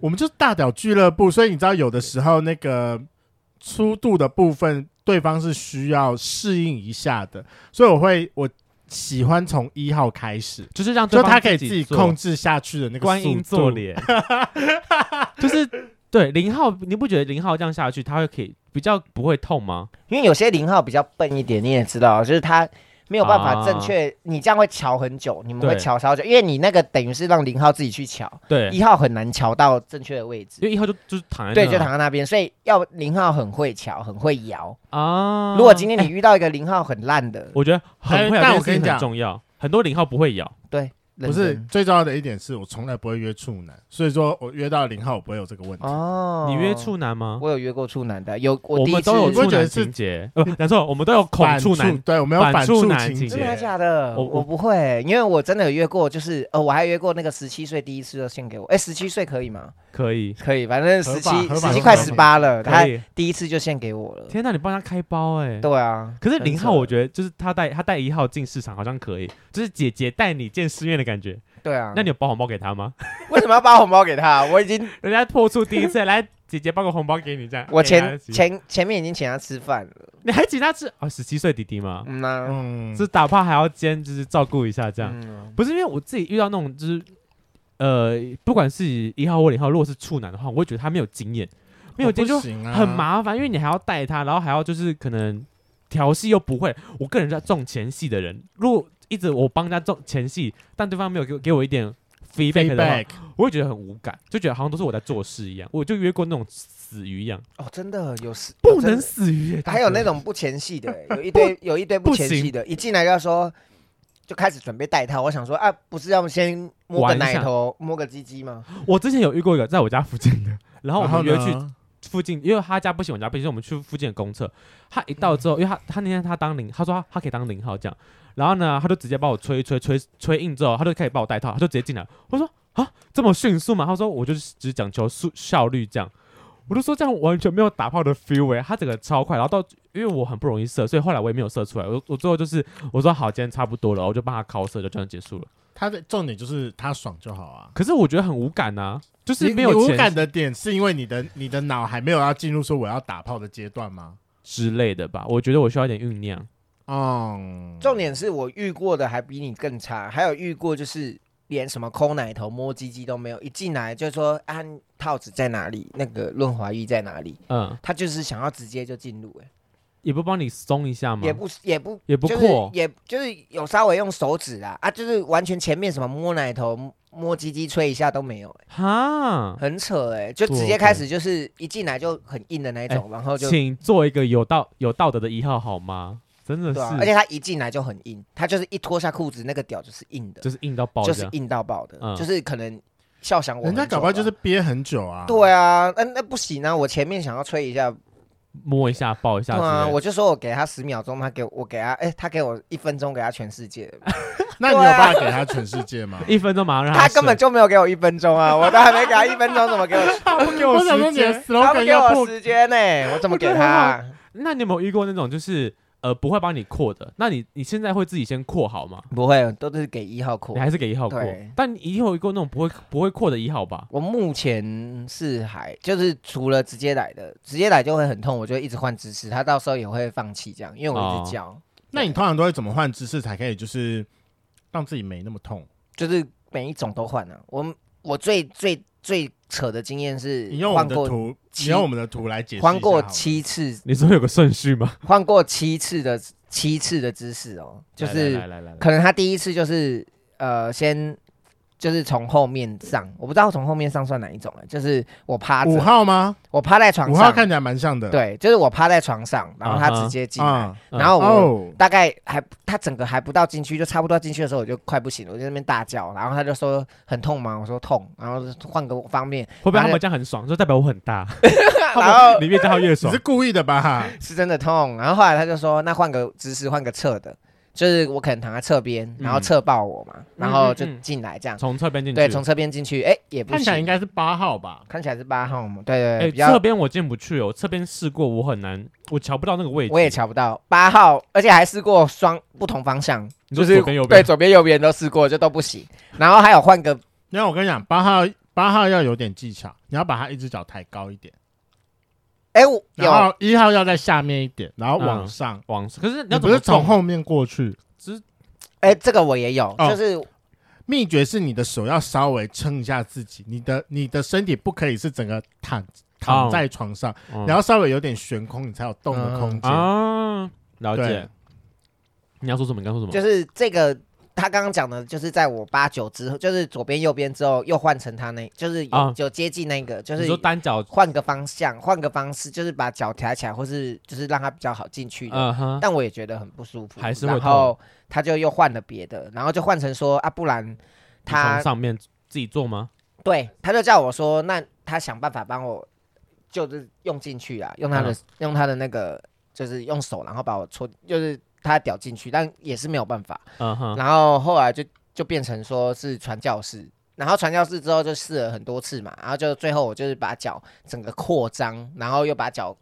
Speaker 1: 我们就是大屌俱乐部，所以你知道有的时候那个粗度的部分，对方是需要适应一下的，所以我会我喜欢从一号开始，
Speaker 3: 就是让
Speaker 1: 就
Speaker 3: 对方
Speaker 1: 他可以自己
Speaker 3: 己坐
Speaker 1: 控制下去的那个
Speaker 3: 观
Speaker 1: 速
Speaker 3: 音
Speaker 1: 度
Speaker 3: 坐。莲，就是对零号，你不觉得零号这样下去，他会可以比较不会痛吗？
Speaker 4: 因为有些零号比较笨一点，你也知道，就是他没有办法正确，你这样会瞧很久，你们
Speaker 3: 啊对
Speaker 4: 会瞧超久，因为你那个等于是让零号自己去瞧，
Speaker 3: 对，
Speaker 4: 一号很难瞧到正确的位
Speaker 3: 因
Speaker 4: 置。
Speaker 3: 为一号就就是躺在
Speaker 4: 对，
Speaker 3: 那
Speaker 4: 就躺在那边，所以要零号很会瞧，很会摇。
Speaker 3: 啊。
Speaker 4: 如果今天你遇到一个零号很烂的，
Speaker 3: 我觉得很会
Speaker 1: 哎但
Speaker 3: 咬，这件
Speaker 1: 我
Speaker 3: 事
Speaker 1: 跟
Speaker 3: 情
Speaker 1: 你
Speaker 3: 很
Speaker 1: 讲
Speaker 3: 重要。很多零号不会咬，
Speaker 4: 对，认
Speaker 1: 不是
Speaker 4: 真
Speaker 1: 最重要的一点是我从来不会约处男，所以说我约到零号我不会有这个问题。
Speaker 4: 哦。
Speaker 3: 你约，处男吗？
Speaker 4: 我有约过处男的，有我
Speaker 3: 我
Speaker 4: 第一
Speaker 3: 们
Speaker 4: 次
Speaker 3: 都有
Speaker 1: 我
Speaker 3: 处
Speaker 1: 会觉
Speaker 3: 男
Speaker 1: 得是
Speaker 3: 情节， 呃不，难受，我们都有恐
Speaker 1: 反
Speaker 3: 处男。
Speaker 1: 对，我们有
Speaker 3: 反
Speaker 1: 反
Speaker 3: 处
Speaker 1: 处
Speaker 3: 男
Speaker 1: 情
Speaker 3: 情
Speaker 1: 节
Speaker 4: 真的
Speaker 3: 节
Speaker 4: 假的？
Speaker 3: 我
Speaker 4: 我
Speaker 3: 我
Speaker 4: 不会，因为我真的有约过，就是呃，我还约过那个十七岁第一次就献给我，哎，十七岁可以吗？
Speaker 3: 可以，
Speaker 4: 可以，反正
Speaker 1: 合
Speaker 4: 十
Speaker 1: 法
Speaker 4: 七
Speaker 1: 合
Speaker 4: 十
Speaker 1: 法
Speaker 4: 七
Speaker 1: 合
Speaker 4: 快
Speaker 1: 法
Speaker 4: 十八了，他
Speaker 3: 可以。
Speaker 4: 第一次就献给我了。
Speaker 3: 天哪，你帮他开包哎！
Speaker 4: 对啊，
Speaker 3: 可是
Speaker 4: 很
Speaker 3: 零
Speaker 4: 扯
Speaker 3: 号，我觉得就是他带他带一号进市场好像可以，就是姐姐带你见世面的感觉。
Speaker 4: 对啊，
Speaker 3: 那你有包红包给他吗？
Speaker 4: 为什么要包红包给他？我已经
Speaker 3: 人家破处第一次，来姐姐包个红包给你这样。
Speaker 4: 我
Speaker 3: 给他
Speaker 4: 前
Speaker 3: 几
Speaker 4: 前前面已经请他吃饭了，
Speaker 3: 你还请他吃啊？十七岁弟弟吗？
Speaker 4: 嗯呐，
Speaker 1: 嗯，
Speaker 3: 是打炮还要兼就是照顾一下哦这样？
Speaker 4: 样
Speaker 3: 不是因为我自己遇到那种就是呃，不管是一号或零号，如果是处男的话，我会觉得他没有经验，没有
Speaker 4: 哦
Speaker 1: 我
Speaker 3: 经
Speaker 1: 不
Speaker 3: 验就
Speaker 1: 行啊，
Speaker 3: 很麻烦，因为你还要带他，然后还要就是可能调戏又不会。我个人是重前戏的人，如果一直我帮他重前戏，但对方没有给我给我一点 feedback 的话
Speaker 1: Feedback
Speaker 3: 我会觉得很无感，就觉得好像都是我在做事一样。我就约过那种死鱼一样，
Speaker 4: 哦，真的有事哦
Speaker 3: 不能。
Speaker 4: 有真
Speaker 3: 死鱼耶、
Speaker 4: 的还有那种不前戏的，欸 有一堆有一堆
Speaker 3: 不
Speaker 4: 不前戏的，一进来就要说。就开始准备带套，我想说啊，不是要先摸个
Speaker 3: 玩一下
Speaker 4: 奶头，摸个鸡鸡吗？
Speaker 3: 我之前有遇过一个在我家附近的，然后我
Speaker 1: 然后
Speaker 3: 们约去
Speaker 1: 呢
Speaker 3: 附近，因为他家不行，我家不行，所以我们去附近的公厕。他一到之
Speaker 1: 嗯
Speaker 3: 后，因为他他那天他当零，他说他他可以当零号这样，然后呢，他就直接把我吹一吹吹吹硬之后，他就开始把我带套，他就直接进来。我说啊，这么迅速吗？他说我就是只讲求速效率这样。我就说这样完全没有打炮的 feel 哎、他整个超快，然后到因为我很不容易射，所以后来我也没有射出来。我我最后就是我说好，今天差不多了，我就帮他敲射，就这样结束了。
Speaker 1: 他的重点就是他爽就好啊。
Speaker 3: 可是我觉得很无感呐、就是
Speaker 1: 你
Speaker 3: 没
Speaker 1: 你
Speaker 3: 有
Speaker 1: 无
Speaker 3: 前
Speaker 1: 感的点，是因为你的你的脑还没有要进入说我要打炮的阶段吗？
Speaker 3: 之类的吧。我觉得我需要一点酝酿。
Speaker 1: 嗯，
Speaker 4: 重点是我遇过的还比你更差，还有遇过就是连什么抠奶头、摸鸡鸡都没有，一进来就说啊套子在哪里，那个润滑液在哪里，
Speaker 3: 嗯，
Speaker 4: 他就是想要直接就进入、欸，
Speaker 3: 也不帮你松一下吗？
Speaker 4: 也不也不
Speaker 3: 也嗯不
Speaker 4: 就是
Speaker 3: 扩，
Speaker 4: 也就是有稍微用手指啦啊，就是完全前面什么摸奶头、摸鸡鸡、吹一下都没有、欸
Speaker 3: 哈，
Speaker 4: 很扯哎、就直
Speaker 3: 对
Speaker 4: 接开始就是一进来就很硬的那一种，
Speaker 3: 哎
Speaker 4: 然后就
Speaker 3: 请做一个有道有道德的一号好吗？真的是，
Speaker 4: 对啊，而且他一进来就很硬，他就是一脱下裤子，那个屌就是硬的，
Speaker 3: 就是硬到爆
Speaker 4: 就
Speaker 3: 这
Speaker 4: 是
Speaker 3: 样。
Speaker 4: 硬到爆的，
Speaker 3: 嗯
Speaker 4: 就是可能笑想我
Speaker 1: 人家
Speaker 4: 很久
Speaker 1: 搞不好
Speaker 4: 吧
Speaker 1: 就是憋很久啊。
Speaker 4: 对啊，那、那不行啊！我前面想要吹一下，
Speaker 3: 摸一下、抱一下
Speaker 4: 对
Speaker 3: 之类
Speaker 4: 啊，
Speaker 3: 的。
Speaker 4: 我就说我给他十秒钟，他给我我给他，哎、他给我一分钟，给他全 世界，
Speaker 1: 那你有
Speaker 4: 对啊
Speaker 1: 办法给他全世界吗？
Speaker 3: 一分钟马上让
Speaker 4: 他根本
Speaker 3: 射
Speaker 4: 就没有给我一分钟啊！我都还没给他一分钟，怎么 给我？
Speaker 1: 他不给我想说你的
Speaker 4: 他不
Speaker 1: slogan
Speaker 4: 给
Speaker 1: 要
Speaker 4: 我
Speaker 1: 破，
Speaker 4: 时间呢、我怎么给 他啊？
Speaker 3: 那你有没有遇过那种就是呃不会帮你扩的？那你你现在会自己先扩好吗？
Speaker 4: 不会，都是给一号
Speaker 3: 你
Speaker 4: 扩。
Speaker 3: 还是给一号扩
Speaker 4: 对？
Speaker 3: 但你以后有过那种不会不会扩的一号吧？
Speaker 4: 我目前是还就是除了直接来的，直接来就会很痛，我就一直换姿势，他到时候也会放弃这样，因为我一
Speaker 3: 哦
Speaker 4: 直叫，
Speaker 1: 那你通常都会怎么换姿势才可以，就是让自己没那么痛？
Speaker 4: 就是每一种都换了、啊。我我最最最扯的经验是
Speaker 1: 你用我
Speaker 4: 换
Speaker 1: 们的
Speaker 4: 过
Speaker 1: 图，
Speaker 4: 七
Speaker 1: 你用我们的图来解释一下好
Speaker 4: 换
Speaker 1: 了。
Speaker 4: 过七次，
Speaker 3: 你说有个顺序吗？
Speaker 4: 换过七次的七次的姿势哦，就
Speaker 3: 来
Speaker 4: 是
Speaker 3: 来来来来，
Speaker 4: 可能他第一次就是呃，先就是从后面上，我不知道从后面上算哪一种啊，就是我趴
Speaker 1: 五
Speaker 4: 着，
Speaker 1: 号吗？
Speaker 4: 我趴在床
Speaker 1: 五号
Speaker 4: 上，
Speaker 1: 看起来蛮像的。
Speaker 4: 对，就是我趴在床上，然后他
Speaker 3: 啊哈
Speaker 4: 直接进来，
Speaker 1: 啊，
Speaker 3: 嗯
Speaker 4: 然后我。
Speaker 1: 哦，
Speaker 4: 大概还他整个还不到进去，就差不多进去的时候，我就快不行了，我就在那边大叫，然后他就说很痛吗？我说痛，然后换个方面，
Speaker 3: 会不会他们这样很爽？就代表我很 大，他们里面这号越
Speaker 1: 你
Speaker 3: 爽
Speaker 1: 是。故意的吧？
Speaker 4: 是真的痛。然后后来他就说，那换个姿势，换个侧的，就是我可能躺在侧边，然后
Speaker 3: 嗯
Speaker 4: 侧抱我嘛，然后就进来这样。
Speaker 3: 从侧嗯边进去，
Speaker 4: 对，从侧边进去，哎、也 不
Speaker 1: 看起来应
Speaker 4: 行。
Speaker 1: 该是八号吧？
Speaker 4: 看起来是八号嘛，对对
Speaker 3: 哎
Speaker 4: 对，比
Speaker 3: 侧
Speaker 4: 较
Speaker 3: 边我进不去哦，侧边试过我很难，我瞧不到那个位置。
Speaker 4: 我也瞧不到八号，而且还试过双不同方向，
Speaker 3: 你
Speaker 4: 就
Speaker 3: 说
Speaker 4: 是
Speaker 3: 左边右
Speaker 4: 对
Speaker 3: 边
Speaker 4: 左边右边都试过，就都不行。然后还有换个
Speaker 1: 那我跟你讲，八号八号要有点技巧，你要把它一只脚抬高一点，
Speaker 4: 哎、我
Speaker 1: 然
Speaker 4: 有
Speaker 1: 后一号要在下面一点，然
Speaker 4: 嗯
Speaker 1: 后往上。
Speaker 3: 往，可是
Speaker 1: 你
Speaker 3: 你要怎
Speaker 1: 不
Speaker 3: 么
Speaker 1: 是从
Speaker 3: 动
Speaker 1: 后面过去，
Speaker 4: 哎、这个我也有，
Speaker 1: 哦
Speaker 4: 就是
Speaker 1: 秘诀是你的手要稍微撑一下自己，你的你的身体不可以是整个躺躺在床上，
Speaker 4: 哦
Speaker 3: 嗯
Speaker 1: 你要稍微有点悬空，你才有动的空间。
Speaker 4: 嗯
Speaker 3: 啊，了解
Speaker 1: 对。
Speaker 3: 你要说什么？你刚说什么？
Speaker 4: 就是这个他刚刚讲的，就是在我八九之后，就是左边右边之后又换成他那，就是有、
Speaker 3: 啊
Speaker 4: 就接近那个，就
Speaker 3: 你
Speaker 4: 是
Speaker 3: 说单脚，
Speaker 4: 换个方向，换个方式，就是把脚抬起来，或是就是让它比较好进去的。
Speaker 3: 嗯哼，
Speaker 4: 但我也觉得很不舒服，
Speaker 3: 还是会
Speaker 4: 然后他就又换了别的，然后就换成说啊，不然
Speaker 3: 从
Speaker 4: 他
Speaker 3: 上面自己做吗？
Speaker 4: 对他就叫我说，那他想办法帮我，就是用进去啊，用他的、
Speaker 3: 嗯
Speaker 4: 用他的那个，就是用手，然后把我戳，就是他屌进去，但也是没有办法。
Speaker 3: 嗯哼，
Speaker 4: 然后后来就就变成说是传教士，然后传教士之后就试了很多次嘛，然后就最后我就是把脚整个扩张，然后又把脚，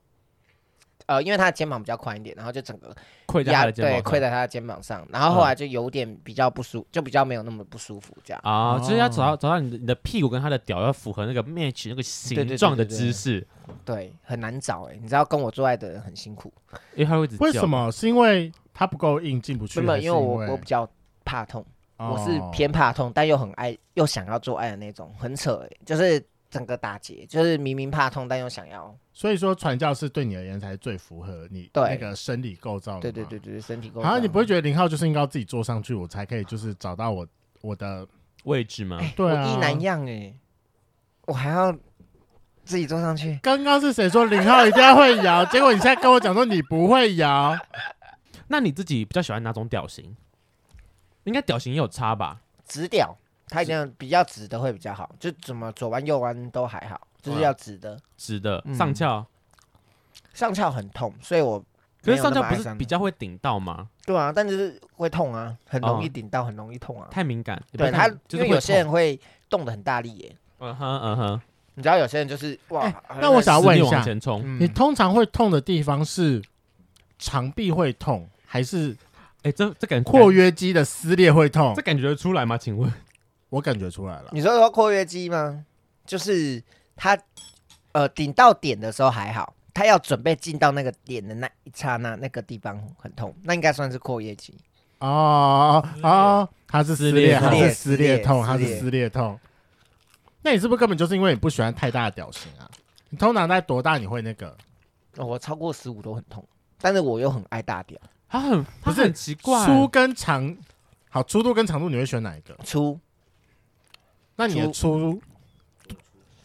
Speaker 4: 呃，因为他的肩膀比较宽一点，然后就整个
Speaker 3: 跪在他
Speaker 4: 压
Speaker 3: 的肩膀
Speaker 4: 对
Speaker 3: 上，嗯
Speaker 4: 跪在他的肩膀上，然后后来就有点比较不舒，就比较没有那么不舒服这样。
Speaker 3: 啊，就是要
Speaker 1: 哦
Speaker 3: 找到找到你的你的屁股跟他的屌要符合那个 match 那个
Speaker 4: 对
Speaker 3: 形
Speaker 4: 对
Speaker 3: 状的
Speaker 4: 对对
Speaker 3: 姿势，
Speaker 4: 对，很难找哎、你知道跟我做爱的人很辛苦，
Speaker 3: 因为他会一直
Speaker 1: 为
Speaker 3: 叫
Speaker 1: 什？么？是因为它不够硬，进不去。
Speaker 4: 没有，
Speaker 1: 还是
Speaker 4: 因为
Speaker 1: 因
Speaker 4: 我我比较怕痛，我是
Speaker 1: 哦
Speaker 4: 偏怕痛，但又很爱又想要做爱的那种，很扯哎、就是整个打结，就是明明怕痛但又想要。
Speaker 1: 所以说传教士对你而言才是最符合你
Speaker 4: 对
Speaker 1: 那个生理构造的。
Speaker 4: 对对对。对，对身体构造。
Speaker 3: 啊
Speaker 1: 好像你不会觉得零号就是应该要自己坐上去，我才可以就是找到我我的
Speaker 3: 位置吗？
Speaker 1: 对啊
Speaker 4: 我一男样哎、我还要自己坐上去。
Speaker 1: 刚刚是谁说零号一定要会摇？结果你现在跟我讲说你不会摇，
Speaker 3: 那你自己比较喜欢哪种屌型？应该屌型也有差吧？
Speaker 4: 直屌，它一定要比较直的会比较好，就怎么左弯右弯都还好，
Speaker 3: 啊
Speaker 4: 就是要直的。
Speaker 3: 直的
Speaker 4: 嗯
Speaker 3: 上翘，
Speaker 4: 上翘很痛，所以我
Speaker 3: 可
Speaker 4: 没
Speaker 3: 是
Speaker 4: 有
Speaker 3: 上
Speaker 4: 那
Speaker 3: 翘
Speaker 4: 么
Speaker 3: 不
Speaker 4: 爱
Speaker 3: 是
Speaker 4: 上
Speaker 3: 比较会顶到吗？
Speaker 4: 对啊，但就是会痛啊，很容易顶到，很容易痛啊。
Speaker 3: 太敏感，嗯也不
Speaker 4: 对
Speaker 3: 是
Speaker 4: 它
Speaker 3: 太，
Speaker 4: 因
Speaker 3: 就是
Speaker 4: 为
Speaker 3: 会
Speaker 4: 有些
Speaker 3: 痛
Speaker 4: 人会动的很大力耶、
Speaker 3: 嗯哼嗯哼，
Speaker 4: 你知道有些人就是哇，
Speaker 1: 哎
Speaker 4: 很
Speaker 1: 那我想要
Speaker 3: 使
Speaker 1: 问
Speaker 3: 力
Speaker 1: 一
Speaker 3: 往
Speaker 1: 下
Speaker 3: 前冲，
Speaker 4: 嗯
Speaker 1: 你通常会痛的地方是肠壁会痛，还是
Speaker 3: 哎，这这感
Speaker 1: 括
Speaker 3: 觉
Speaker 1: 约肌的撕裂会痛
Speaker 3: 这？感觉得出来吗？请 问
Speaker 1: 我感觉出来了。
Speaker 4: 你说说括约肌吗？就是它呃顶到点的时候还好，他要准备进到那个点的那一刹那，那个地方很痛，那应该算是括约肌。
Speaker 1: 哦哦哦，他是撕裂，
Speaker 3: 撕
Speaker 1: 他是
Speaker 3: 裂
Speaker 1: 撕
Speaker 4: 撕裂
Speaker 1: 裂痛，他
Speaker 4: 撕
Speaker 1: 是
Speaker 4: 裂
Speaker 1: 撕裂痛。那你是不是根本就是因为你不喜欢太大的屌型啊？你通常在多大你会那个？
Speaker 4: 哦我超过十五都很痛，但是我又很爱大屌，
Speaker 3: 他很他
Speaker 1: 不是
Speaker 3: 很奇怪，
Speaker 1: 粗跟长，好粗度跟长度你会选哪一个？
Speaker 4: 粗
Speaker 1: 那你的粗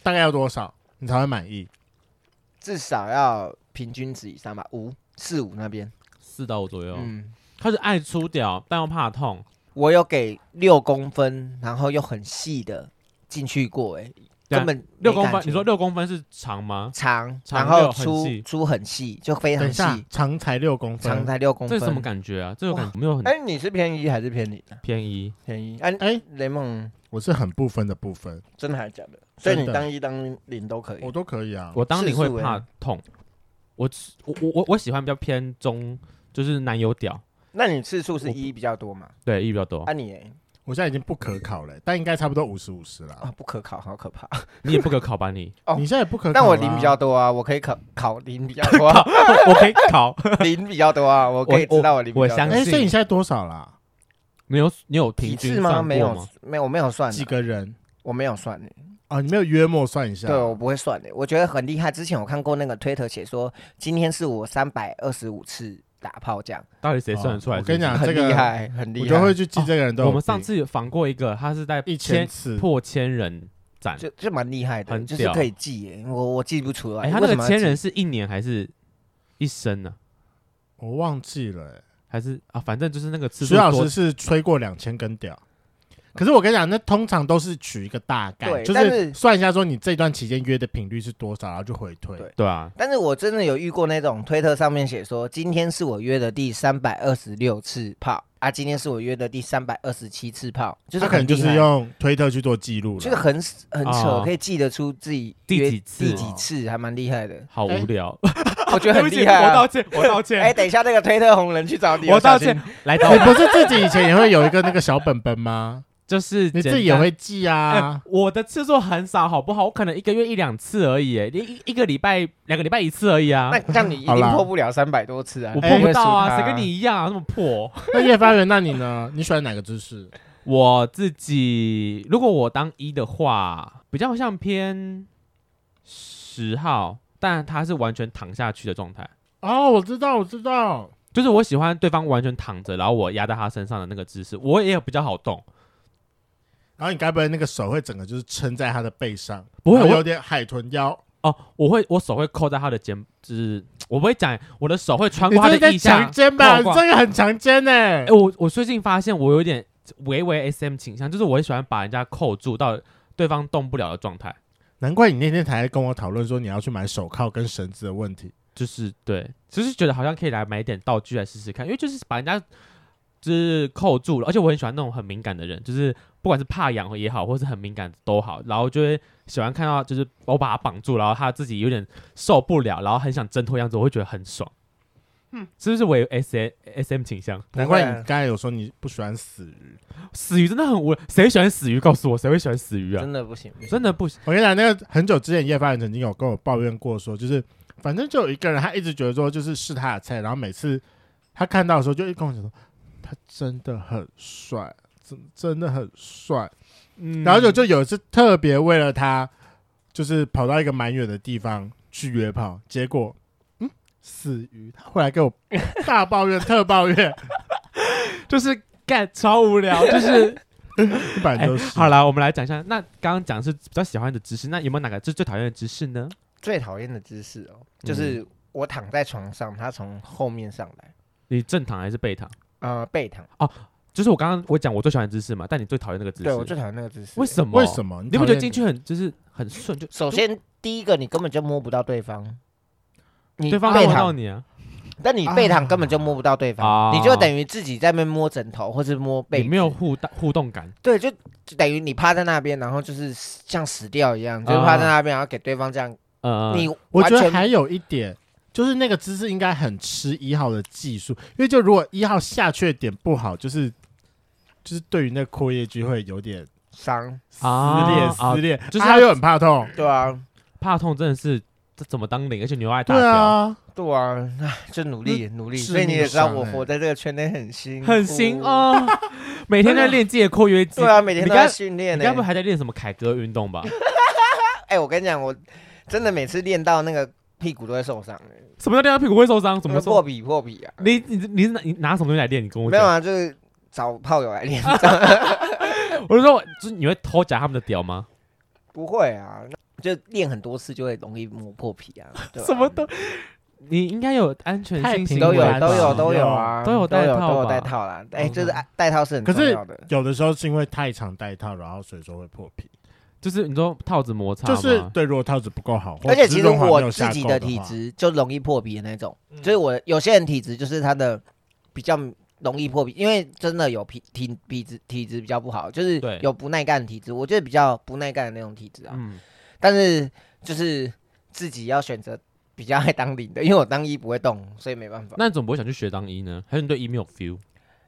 Speaker 1: 大概要多少你才会满意？
Speaker 4: 至少要平均值以上吧，五四五那边。
Speaker 3: 四到五左右。
Speaker 4: 嗯，
Speaker 3: 他是爱粗屌，但又怕痛。
Speaker 4: 我有给六公分，然后又很细的进去过、哎，
Speaker 3: 对啊
Speaker 4: 根本
Speaker 3: 六
Speaker 4: 没
Speaker 3: 公
Speaker 4: 感
Speaker 3: 分，
Speaker 4: 觉
Speaker 3: 你说六公分是长吗？
Speaker 4: 长，
Speaker 3: 长
Speaker 4: 然后
Speaker 3: 又很
Speaker 4: 粗
Speaker 3: 细
Speaker 4: 粗很细，就非
Speaker 1: 等
Speaker 4: 常
Speaker 1: 一下
Speaker 4: 细，，
Speaker 1: 长才六公分，
Speaker 4: 长才六公
Speaker 3: 这
Speaker 4: 分。
Speaker 3: 是什么感觉啊？这个感
Speaker 4: 哇
Speaker 3: 觉没有很
Speaker 4: 哎、你是偏一还是偏零啊？
Speaker 3: 偏移。
Speaker 4: 偏一。哎、
Speaker 1: 哎
Speaker 4: 雷梦
Speaker 1: 我是很不分的部分，
Speaker 4: 真的还是假的？所以
Speaker 1: 真
Speaker 4: 你
Speaker 1: 的
Speaker 4: 当一当零都可以
Speaker 1: 我。都可以啊。
Speaker 3: 我当零会
Speaker 4: 次数
Speaker 3: 怕
Speaker 4: 欸
Speaker 3: 痛，我我我我我喜欢比较偏中，就是男友屌，
Speaker 4: 那你次数是一比较多嘛？
Speaker 3: 对，一比较多。
Speaker 4: 啊你、欸、
Speaker 1: 我现在已经不可考了、但应该差不多五十五十
Speaker 4: 啊
Speaker 1: 了。
Speaker 4: 不可考，好可怕。
Speaker 3: 你也不可考吧你？
Speaker 4: 哦
Speaker 1: 你现在也不可考、啊，
Speaker 4: 但我零比较多啊，我可以考考零比较多、啊，
Speaker 3: 我可以考，
Speaker 4: 零比较多啊，我可以知道我零比较多。
Speaker 3: 我相
Speaker 1: 哎、
Speaker 3: 信
Speaker 1: 所以你现在多少啦？
Speaker 3: 你有你有
Speaker 4: 哎几
Speaker 3: 平均
Speaker 4: 次
Speaker 3: 算
Speaker 4: 吗？
Speaker 3: 过
Speaker 4: 没有，没有，我没有算啊，
Speaker 1: 几个人？
Speaker 4: 我没有算欸
Speaker 1: 哦，你没有约莫算一下？
Speaker 4: 对，我不会算的。我觉得很厉害。之前我看过那个推特写说，今天是我三百二十五次打炮，这样
Speaker 3: 到底谁算得出来？
Speaker 1: 哦我跟你讲
Speaker 4: 很
Speaker 1: 这个
Speaker 4: 厉害，很厉
Speaker 1: 我
Speaker 4: 害。
Speaker 1: 就会去记这个人都有病、
Speaker 3: 我们上次访过一个，他是在
Speaker 1: 一千次，
Speaker 3: 破千人展，
Speaker 4: 就就蛮厉害的，
Speaker 3: 很
Speaker 4: 就是
Speaker 3: 屌
Speaker 4: 可以记耶。我我记不出来。
Speaker 3: 哎，他那
Speaker 4: 为什
Speaker 3: 个
Speaker 4: 么要
Speaker 3: 千
Speaker 4: 记
Speaker 3: 人是一年还是一生呢？
Speaker 1: 我忘记了、欸。
Speaker 3: 还是啊，反正就是那个次数
Speaker 1: 徐老
Speaker 3: 多
Speaker 1: 师，是吹过两千根屌，可是我跟你讲，那通常都是取一个大概，
Speaker 4: 对
Speaker 1: 就
Speaker 4: 但是
Speaker 1: 算一下说你这段期间约的频率是多少，然后就回推。
Speaker 4: 对
Speaker 3: 对啊，
Speaker 4: 但是我真的有遇过那种推特上面写说，今天是我约的第三百二十六次炮啊，今天是我约的第三百二十七次炮，就是
Speaker 1: 他可能
Speaker 4: 很
Speaker 1: 就
Speaker 4: 厉
Speaker 1: 是
Speaker 4: 害
Speaker 1: 用推特去做记录
Speaker 4: 就是
Speaker 1: 了。
Speaker 4: 很很扯，
Speaker 3: 哦
Speaker 4: 可以记得出自己
Speaker 3: 第
Speaker 4: 约
Speaker 3: 几次，
Speaker 4: 第几次，还蛮厉害的
Speaker 3: 好无聊，
Speaker 4: 我觉得
Speaker 3: 对
Speaker 4: 很
Speaker 3: 不起
Speaker 4: 厉害
Speaker 3: 我道
Speaker 4: 啊。
Speaker 3: 歉，我道
Speaker 4: 哎，
Speaker 3: 歉，
Speaker 4: 等一下，那个推特红人去找你，
Speaker 3: 我道
Speaker 4: 小心
Speaker 3: 歉， 来找
Speaker 1: 你
Speaker 3: 我，
Speaker 1: 不是自己以前也会有一个那个小本本吗？
Speaker 3: 就是
Speaker 1: 你自己
Speaker 3: 简
Speaker 1: 也
Speaker 3: 单
Speaker 1: 会记啊
Speaker 3: 哎，我的次数很少，好不好？我可能一个月一两次而已，哎一一一个礼拜两个礼拜一次而已啊
Speaker 4: 那。这样你一
Speaker 1: 好
Speaker 4: 定
Speaker 1: 啦
Speaker 4: 破不了三百多次啊！
Speaker 3: 我
Speaker 4: 你
Speaker 3: 碰
Speaker 4: 会
Speaker 3: 不到
Speaker 4: 输
Speaker 3: 啊，
Speaker 4: 他
Speaker 3: 谁跟你？一样啊，那么破？
Speaker 1: 那叶发源，那你呢？你喜欢哪个姿势？
Speaker 3: 我自己如果我当一的话，比较像偏十号，但他是完全躺下去的状态，
Speaker 1: 哦，我知道，我知道，
Speaker 3: 就是我喜欢对方完全躺着，然后我压在他身上的那个姿势，我也有比较好动。
Speaker 1: 然后你该不会那个手会整个就是撑在他的背上，
Speaker 3: 不会
Speaker 1: 然后
Speaker 3: 我
Speaker 1: 有点海豚腰？
Speaker 3: 哦，我会我手会扣在他的肩，就是我不会讲，我的手会穿
Speaker 1: 你
Speaker 3: 过他
Speaker 1: 这
Speaker 3: 的腋
Speaker 1: 在
Speaker 3: 下
Speaker 1: 强。奸吧？
Speaker 3: 挂挂
Speaker 1: 这个很强奸呢、
Speaker 3: 哎、我我最近发现我有点微微 SM 倾向，就是我很喜欢把人家扣住到对方动不了的状态，
Speaker 1: 难怪你那天才跟我讨论说你要去买手铐跟绳子的问题。
Speaker 3: 就是对，就是觉得好像可以来买一点道具来试试看，因为就是把人家就是扣住了，而且我很喜欢那种很敏感的人，就是不管是怕痒也好，或是很敏感都好，然后就会喜欢看到就是我把他绑住，然后他自己有点受不了，然后很想挣脱样子，我会觉得很爽。嗯，是不是我有 S A S M 倾向？
Speaker 1: 难怪你刚才有说你不喜欢死鱼。
Speaker 3: 死鱼真的很无聊，谁会喜欢死鱼？告诉我，谁会喜欢死鱼啊？
Speaker 4: 真的不行，
Speaker 3: 真的不行。
Speaker 1: 我跟你讲，那个很久之前叶发人曾经有跟我抱怨过说，就是反正就有一个人，他一直觉得说就是是他的菜，然后每次他看到的时候就一直跟我讲说他真的很帅，真真的很帅。
Speaker 3: 嗯
Speaker 1: 然后就就有一次特别为了他，就是跑到一个蛮远的地方去约炮，结果嗯死鱼，他回来给我大抱怨特抱怨，
Speaker 3: 就是干超无聊，就是
Speaker 1: 一百
Speaker 3: 哎
Speaker 1: 就是、
Speaker 3: 好了，我们来讲一下。那刚刚讲是比较喜欢的姿势，那有没有哪个是最讨厌的姿势呢？
Speaker 4: 最讨厌的姿势哦，
Speaker 3: 嗯
Speaker 4: 就是我躺在床上，他从后面上来，
Speaker 3: 你正躺还是背躺？
Speaker 4: 呃，背躺。
Speaker 3: 就是我刚刚我讲我最喜欢的姿势嘛，但你最讨厌那个姿势，
Speaker 4: 对我最讨厌那个姿势。
Speaker 3: 为什么？
Speaker 1: 为什么？
Speaker 3: 么？你不觉得进
Speaker 1: 去？
Speaker 3: 去很就是很顺，就
Speaker 4: 首先第一个，你根本就摸不到对方，你
Speaker 3: 对方
Speaker 4: 背
Speaker 3: 摸到
Speaker 4: 躺，
Speaker 3: 你啊？
Speaker 4: 但你背躺根本就摸不到对
Speaker 3: 啊
Speaker 4: 方，你就等于自己在那边摸枕头或是摸背
Speaker 3: 你
Speaker 4: 子，
Speaker 3: 没有互动互动感，
Speaker 4: 对，就就等于你趴在那边，然后就是像死掉一样，就是
Speaker 3: 啊
Speaker 4: 趴在那边，然后给对方这样，
Speaker 3: 呃，
Speaker 4: 你
Speaker 1: 我
Speaker 4: 完
Speaker 1: 觉得
Speaker 4: 全
Speaker 1: 还有一点，就是那个姿势应该很吃一号的技术，因为就如果一号下去的点不好，就是就是对于那括约肌会有点
Speaker 4: 伤，
Speaker 1: 撕
Speaker 3: 啊
Speaker 1: 裂
Speaker 3: 啊
Speaker 1: 撕裂，啊
Speaker 3: 就是
Speaker 1: 他又很怕痛，
Speaker 4: 对啊，
Speaker 3: 怕痛真的是这怎么当零，而且你又爱大
Speaker 1: 对
Speaker 3: 屌，
Speaker 1: 啊，
Speaker 4: 对啊，唉就努力努力，
Speaker 1: 致
Speaker 4: 所以你
Speaker 1: 命
Speaker 4: 也
Speaker 1: 的
Speaker 4: 知道
Speaker 1: 伤
Speaker 4: 我
Speaker 1: 欸
Speaker 4: 活在这个圈内很辛苦，
Speaker 3: 很行。哦，每天在练自己的括约 肌
Speaker 4: 对，啊，每天
Speaker 3: 你
Speaker 4: 都在
Speaker 3: 该
Speaker 4: 训练
Speaker 3: 你
Speaker 4: 呢、
Speaker 3: 该不会还在练什么凯歌运动吧？
Speaker 4: 哎、我跟你讲，我真的每次练到那个屁股都会受伤、欸，
Speaker 3: 什么叫练到屁股会受伤？怎么
Speaker 4: 破
Speaker 3: 说？
Speaker 4: 皮破皮啊？
Speaker 3: 你你你是拿你拿什么东西来练？你跟我
Speaker 4: 没有
Speaker 3: 讲，
Speaker 4: 啊，就是找炮友 来练，
Speaker 3: 我就说，就是你会偷夹他们的屌吗？
Speaker 4: 不会啊，就练很多次就会容易磨破皮啊。对啊
Speaker 3: 什么都，你应该有安全
Speaker 1: 太
Speaker 3: 性
Speaker 1: 平
Speaker 3: 行
Speaker 4: 都
Speaker 3: 为吧
Speaker 4: 有都有都
Speaker 1: 都
Speaker 4: 有
Speaker 1: 有
Speaker 4: 啊，
Speaker 3: 都有
Speaker 4: 都
Speaker 3: 戴
Speaker 4: 有
Speaker 3: 套
Speaker 4: 都有
Speaker 3: 吧哦
Speaker 4: 戴套啦。哎，就是
Speaker 3: OK
Speaker 4: 戴套是很
Speaker 1: 可
Speaker 4: 重
Speaker 1: 是
Speaker 4: 要的。
Speaker 1: 有的时候是因为太常戴套，然后所以说会破皮。
Speaker 3: 就是你说套子摩擦
Speaker 1: 就
Speaker 3: 吗，
Speaker 1: 是对，如果套子不够好，或
Speaker 4: 而
Speaker 1: 者
Speaker 4: 且其
Speaker 1: 是
Speaker 4: 实
Speaker 1: 润滑没
Speaker 4: 我
Speaker 1: 有
Speaker 4: 自
Speaker 1: 下
Speaker 4: 己
Speaker 1: 够
Speaker 4: 的
Speaker 1: 的
Speaker 4: 体
Speaker 1: 话，
Speaker 4: 质就容易破皮的那种，就是我有些人体质就是他的比较容易破皮，因为真的有皮体体质体质比较不好，就是
Speaker 3: 对
Speaker 4: 有不耐干的体质，我就是比较不耐干的那种体质啊。
Speaker 3: 嗯，
Speaker 4: 但是就是自己要选择比较爱当零的，因为我当一不会动，所以没办法。
Speaker 3: 那你怎么不会想去学当医呢？还是你对医没有 feel？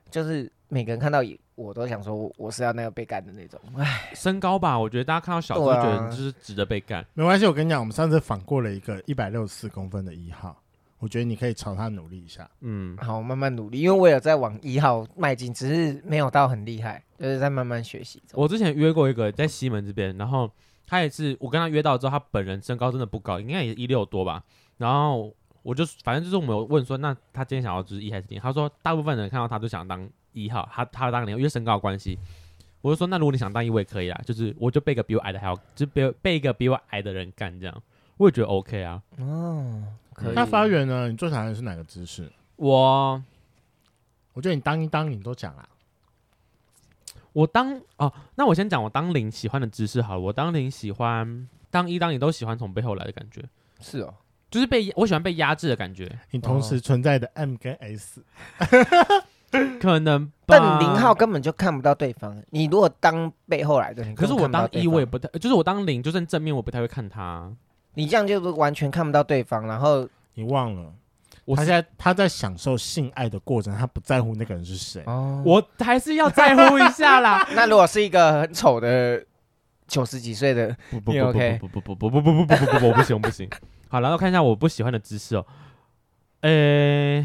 Speaker 4: 就是每个人看到我都想说我我是要那个被干的那种，唉，
Speaker 3: 身高吧，我觉得大家看到小时候
Speaker 4: 对啊
Speaker 3: 觉得你就是值得被干。
Speaker 1: 没关系。我跟你讲，我们上次访过了一个一百六十四公分的一号，我觉得你可以朝他努力一下。
Speaker 3: 嗯，
Speaker 4: 好，我慢慢努力，因为我有在往一号迈进，只是没有到很厉害，就是在慢慢学习中。
Speaker 3: 我之前约过一个在西门这边，然后他也是我跟他约到之后，他本人身高真的不高，应该也一六多吧。然后我就反正就是我们有问说，那他今天想要就是一还是零？他说大部分人看到他都想当一号，他他当零，因为身高的关系。我就说，那如果你想当一，我也可以啦，就是我就被一个比我矮的还要，就被被一个比我矮的人干这样，我也觉得 OK 啊。
Speaker 4: 哦，可以。
Speaker 1: 那发源呢？你最讨厌的是哪个姿势？
Speaker 3: 我
Speaker 1: 我觉得你当一当你都讲啦，
Speaker 3: 我当哦，那我先讲我当零喜欢的姿势好了。我当零喜欢当一当你都喜欢从背后来的感觉，
Speaker 4: 是哦，
Speaker 3: 就是被我喜欢被压制的感觉，
Speaker 1: 你同时存在的 M 跟 S，
Speaker 3: 可能吧。
Speaker 4: 嗯但零号，根本就看不到对方。你如果当背后来的，你
Speaker 3: 可
Speaker 4: 根
Speaker 3: 是我
Speaker 4: 本看不到
Speaker 3: 当
Speaker 4: 对
Speaker 3: 一我也
Speaker 4: 方
Speaker 3: 不太，就是我当零就算正面我不太会看他。
Speaker 4: 你这样就是完全看不到对方，然后
Speaker 1: 你忘了？
Speaker 3: 我
Speaker 1: 他
Speaker 3: 是
Speaker 1: 现在他在享受性爱的过程，他不在乎那个人是谁。
Speaker 4: 哦，
Speaker 3: 我还是要在乎一下啦。
Speaker 4: 那如果是一个很丑的九十几岁的，
Speaker 3: 不不
Speaker 4: 你
Speaker 3: 不
Speaker 4: OK
Speaker 3: 不不不不不不不不不不不，我不行我不行。 好，然后看一下我不喜欢的姿势哦。呃，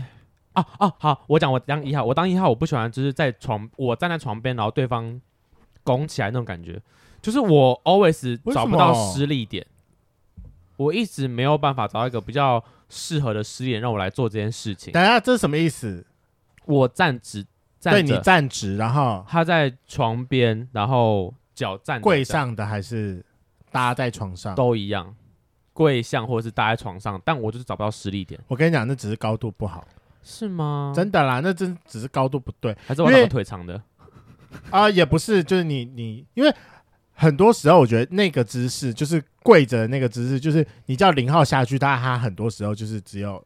Speaker 3: 哦哦，好，我讲我当一号，我当一号，我不喜欢就是在床，我站在床边，然后对方拱起来那种感觉，就是我 always
Speaker 1: 为什么
Speaker 3: 找不到失力点，我一直没有办法找到一个比较适合的失力点让我来做这件事情。
Speaker 1: 等一下，这是什么意思？
Speaker 3: 我站直
Speaker 1: 对
Speaker 3: 站
Speaker 1: 你
Speaker 3: 着，
Speaker 1: 站直，然后
Speaker 3: 他在床边，然后脚站着
Speaker 1: 跪
Speaker 3: 这样
Speaker 1: 上的还是搭在床上？
Speaker 3: 都一样，跪像或者是搭在床上，但我就是找不到实力点，
Speaker 1: 我跟你讲，那只是高度不好，
Speaker 3: 是吗？
Speaker 1: 真的啦，那真只是高度不对
Speaker 3: 还是我
Speaker 1: 因
Speaker 3: 找
Speaker 1: 为
Speaker 3: 个腿长的？
Speaker 1: 啊、也不是，就是你你，因为很多时候我觉得那个姿势就是跪着的那个姿势，就是你叫零号下去，但他很多时候就是只有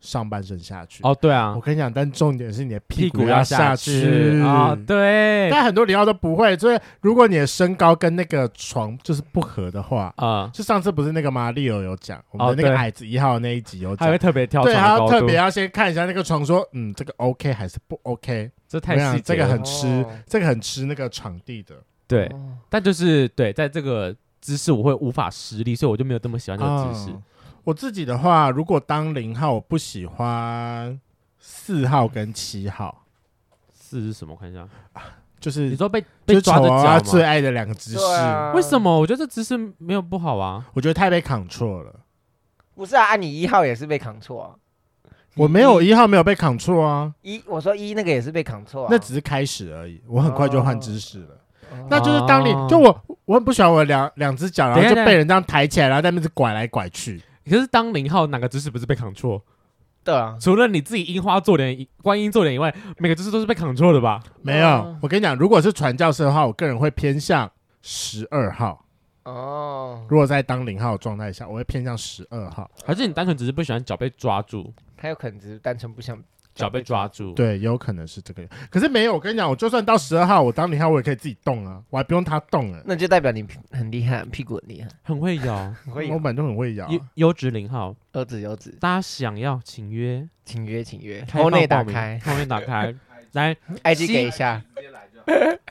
Speaker 1: 上半身下去。
Speaker 3: 哦，对啊
Speaker 1: 我，跟你讲，但重点是你的
Speaker 3: 屁
Speaker 1: 股
Speaker 3: 要
Speaker 1: 下
Speaker 3: 去啊、哦，对，啊、
Speaker 1: 但很多零号都不会，所以如果你的身高跟那个床就是不合的话，
Speaker 3: 呃
Speaker 1: 就上次不是那个马里奥有讲，我们的那
Speaker 3: 哦对
Speaker 1: 个矮子一号那一集有
Speaker 3: 还
Speaker 1: 讲，
Speaker 3: 会特别跳
Speaker 1: 对，
Speaker 3: 床
Speaker 1: 他
Speaker 3: 的
Speaker 1: 要
Speaker 3: 高
Speaker 1: 特
Speaker 3: 度
Speaker 1: 别，要先看一下那个床，说嗯，这个 OK 还是不 OK？
Speaker 3: 这
Speaker 1: 我
Speaker 3: 太
Speaker 1: 跟你
Speaker 3: 细
Speaker 1: 讲
Speaker 3: 节
Speaker 1: 这个
Speaker 3: 了
Speaker 1: 很吃
Speaker 4: 哦，
Speaker 1: 这个很吃那个场地的。
Speaker 3: 对，
Speaker 4: 哦
Speaker 3: 但就是对，在这个姿势我会无法施力，所以我就没有这么喜欢这个姿势。
Speaker 1: 嗯我自己的话，如果当零号，我不喜欢四号跟七号，
Speaker 3: 四是什么？我看一下，
Speaker 1: 就是
Speaker 3: 你说被
Speaker 1: 就
Speaker 3: 被
Speaker 1: 是
Speaker 3: 抓着
Speaker 1: 丑啊
Speaker 3: 脚
Speaker 1: 最
Speaker 3: 吗？
Speaker 1: 爱的两个姿势，
Speaker 4: 对啊，
Speaker 3: 为什么？我觉得这姿势没有不好啊。
Speaker 1: 我觉得太被 control 了。
Speaker 4: 不是啊？啊你一号也是被扛错啊，
Speaker 1: 我没有一号没有被 control 啊，
Speaker 4: 一，我说一那个也是被扛错啊，
Speaker 1: 那只是开始而已，我很快就换姿势了。
Speaker 4: 哦
Speaker 1: 那就是当你
Speaker 3: 哦
Speaker 1: 就我，我很不喜欢我的两两只脚，然后
Speaker 3: 等一
Speaker 1: 就
Speaker 3: 下
Speaker 1: 被人这样抬起来，然后在那边拐来拐去。
Speaker 3: 可是当零号哪个姿势不是被扛错？
Speaker 4: 对啊，
Speaker 3: 除了你自己樱花做脸、观音做脸以外，每个姿势都是被 control 的吧？
Speaker 1: 没有
Speaker 4: 哦，
Speaker 1: 我跟你讲，如果是传教士的话，我个人会偏向十二号。
Speaker 4: 哦，
Speaker 1: 如果在当零号的状态下，我会偏向十二号。
Speaker 3: 还是你单纯只是不喜欢脚被抓住，
Speaker 4: 他有可能只是单纯不想
Speaker 3: 脚被抓住？，
Speaker 1: 对，有可能是这个。可是没有，我跟你讲，我就算到十二号，我当零号我也可以自己动啊，我还不用他动了。
Speaker 4: 那就代表你很厉害，屁股很厉害，
Speaker 3: 很会摇，
Speaker 4: 很会
Speaker 1: 我
Speaker 4: 有
Speaker 1: 本来就很会摇啊。
Speaker 3: 优优质零号，
Speaker 4: 儿子有子，
Speaker 3: 大家想要请约，
Speaker 4: 请约请约，
Speaker 3: 开放
Speaker 4: 头内哎打
Speaker 3: 报名
Speaker 4: 开
Speaker 3: 后面打开， 来
Speaker 4: ，IG
Speaker 3: 西
Speaker 4: 给一下，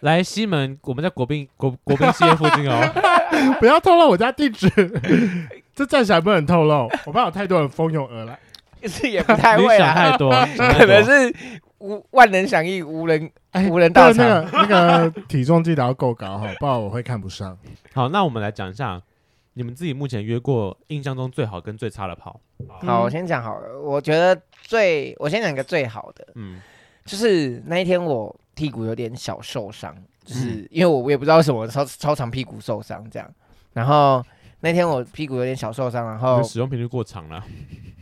Speaker 3: 来西门，我们在国宾国国宾西街附近哦，
Speaker 1: 不要透露我家地址。 这站起来不能透露，我怕有太多人蜂拥而来。
Speaker 4: 是 也不 太
Speaker 3: 你
Speaker 4: 会
Speaker 3: 想太
Speaker 4: 啦，
Speaker 3: 多，想太
Speaker 4: 可
Speaker 3: 多
Speaker 4: 能是无万人响应，无人
Speaker 1: 哎
Speaker 4: 无人到
Speaker 1: 但
Speaker 4: 场。
Speaker 3: 啊
Speaker 1: 那个那个体重记得要够高哈，不然我会看不 上。
Speaker 3: 好。那我们来讲一下你们自己目前约过印象中最好跟最差的跑。
Speaker 4: 好，
Speaker 3: 嗯
Speaker 4: 我先讲好了。我觉得最，我先讲一个最好的，
Speaker 3: 嗯，
Speaker 4: 就是那一天我屁股有点小受伤，
Speaker 3: 嗯
Speaker 4: 就是因为我我也不知道为什么超超常屁股受伤这样。然后那天我屁股有点小受伤，然
Speaker 3: 你
Speaker 4: 后
Speaker 3: 的使用频率过长了。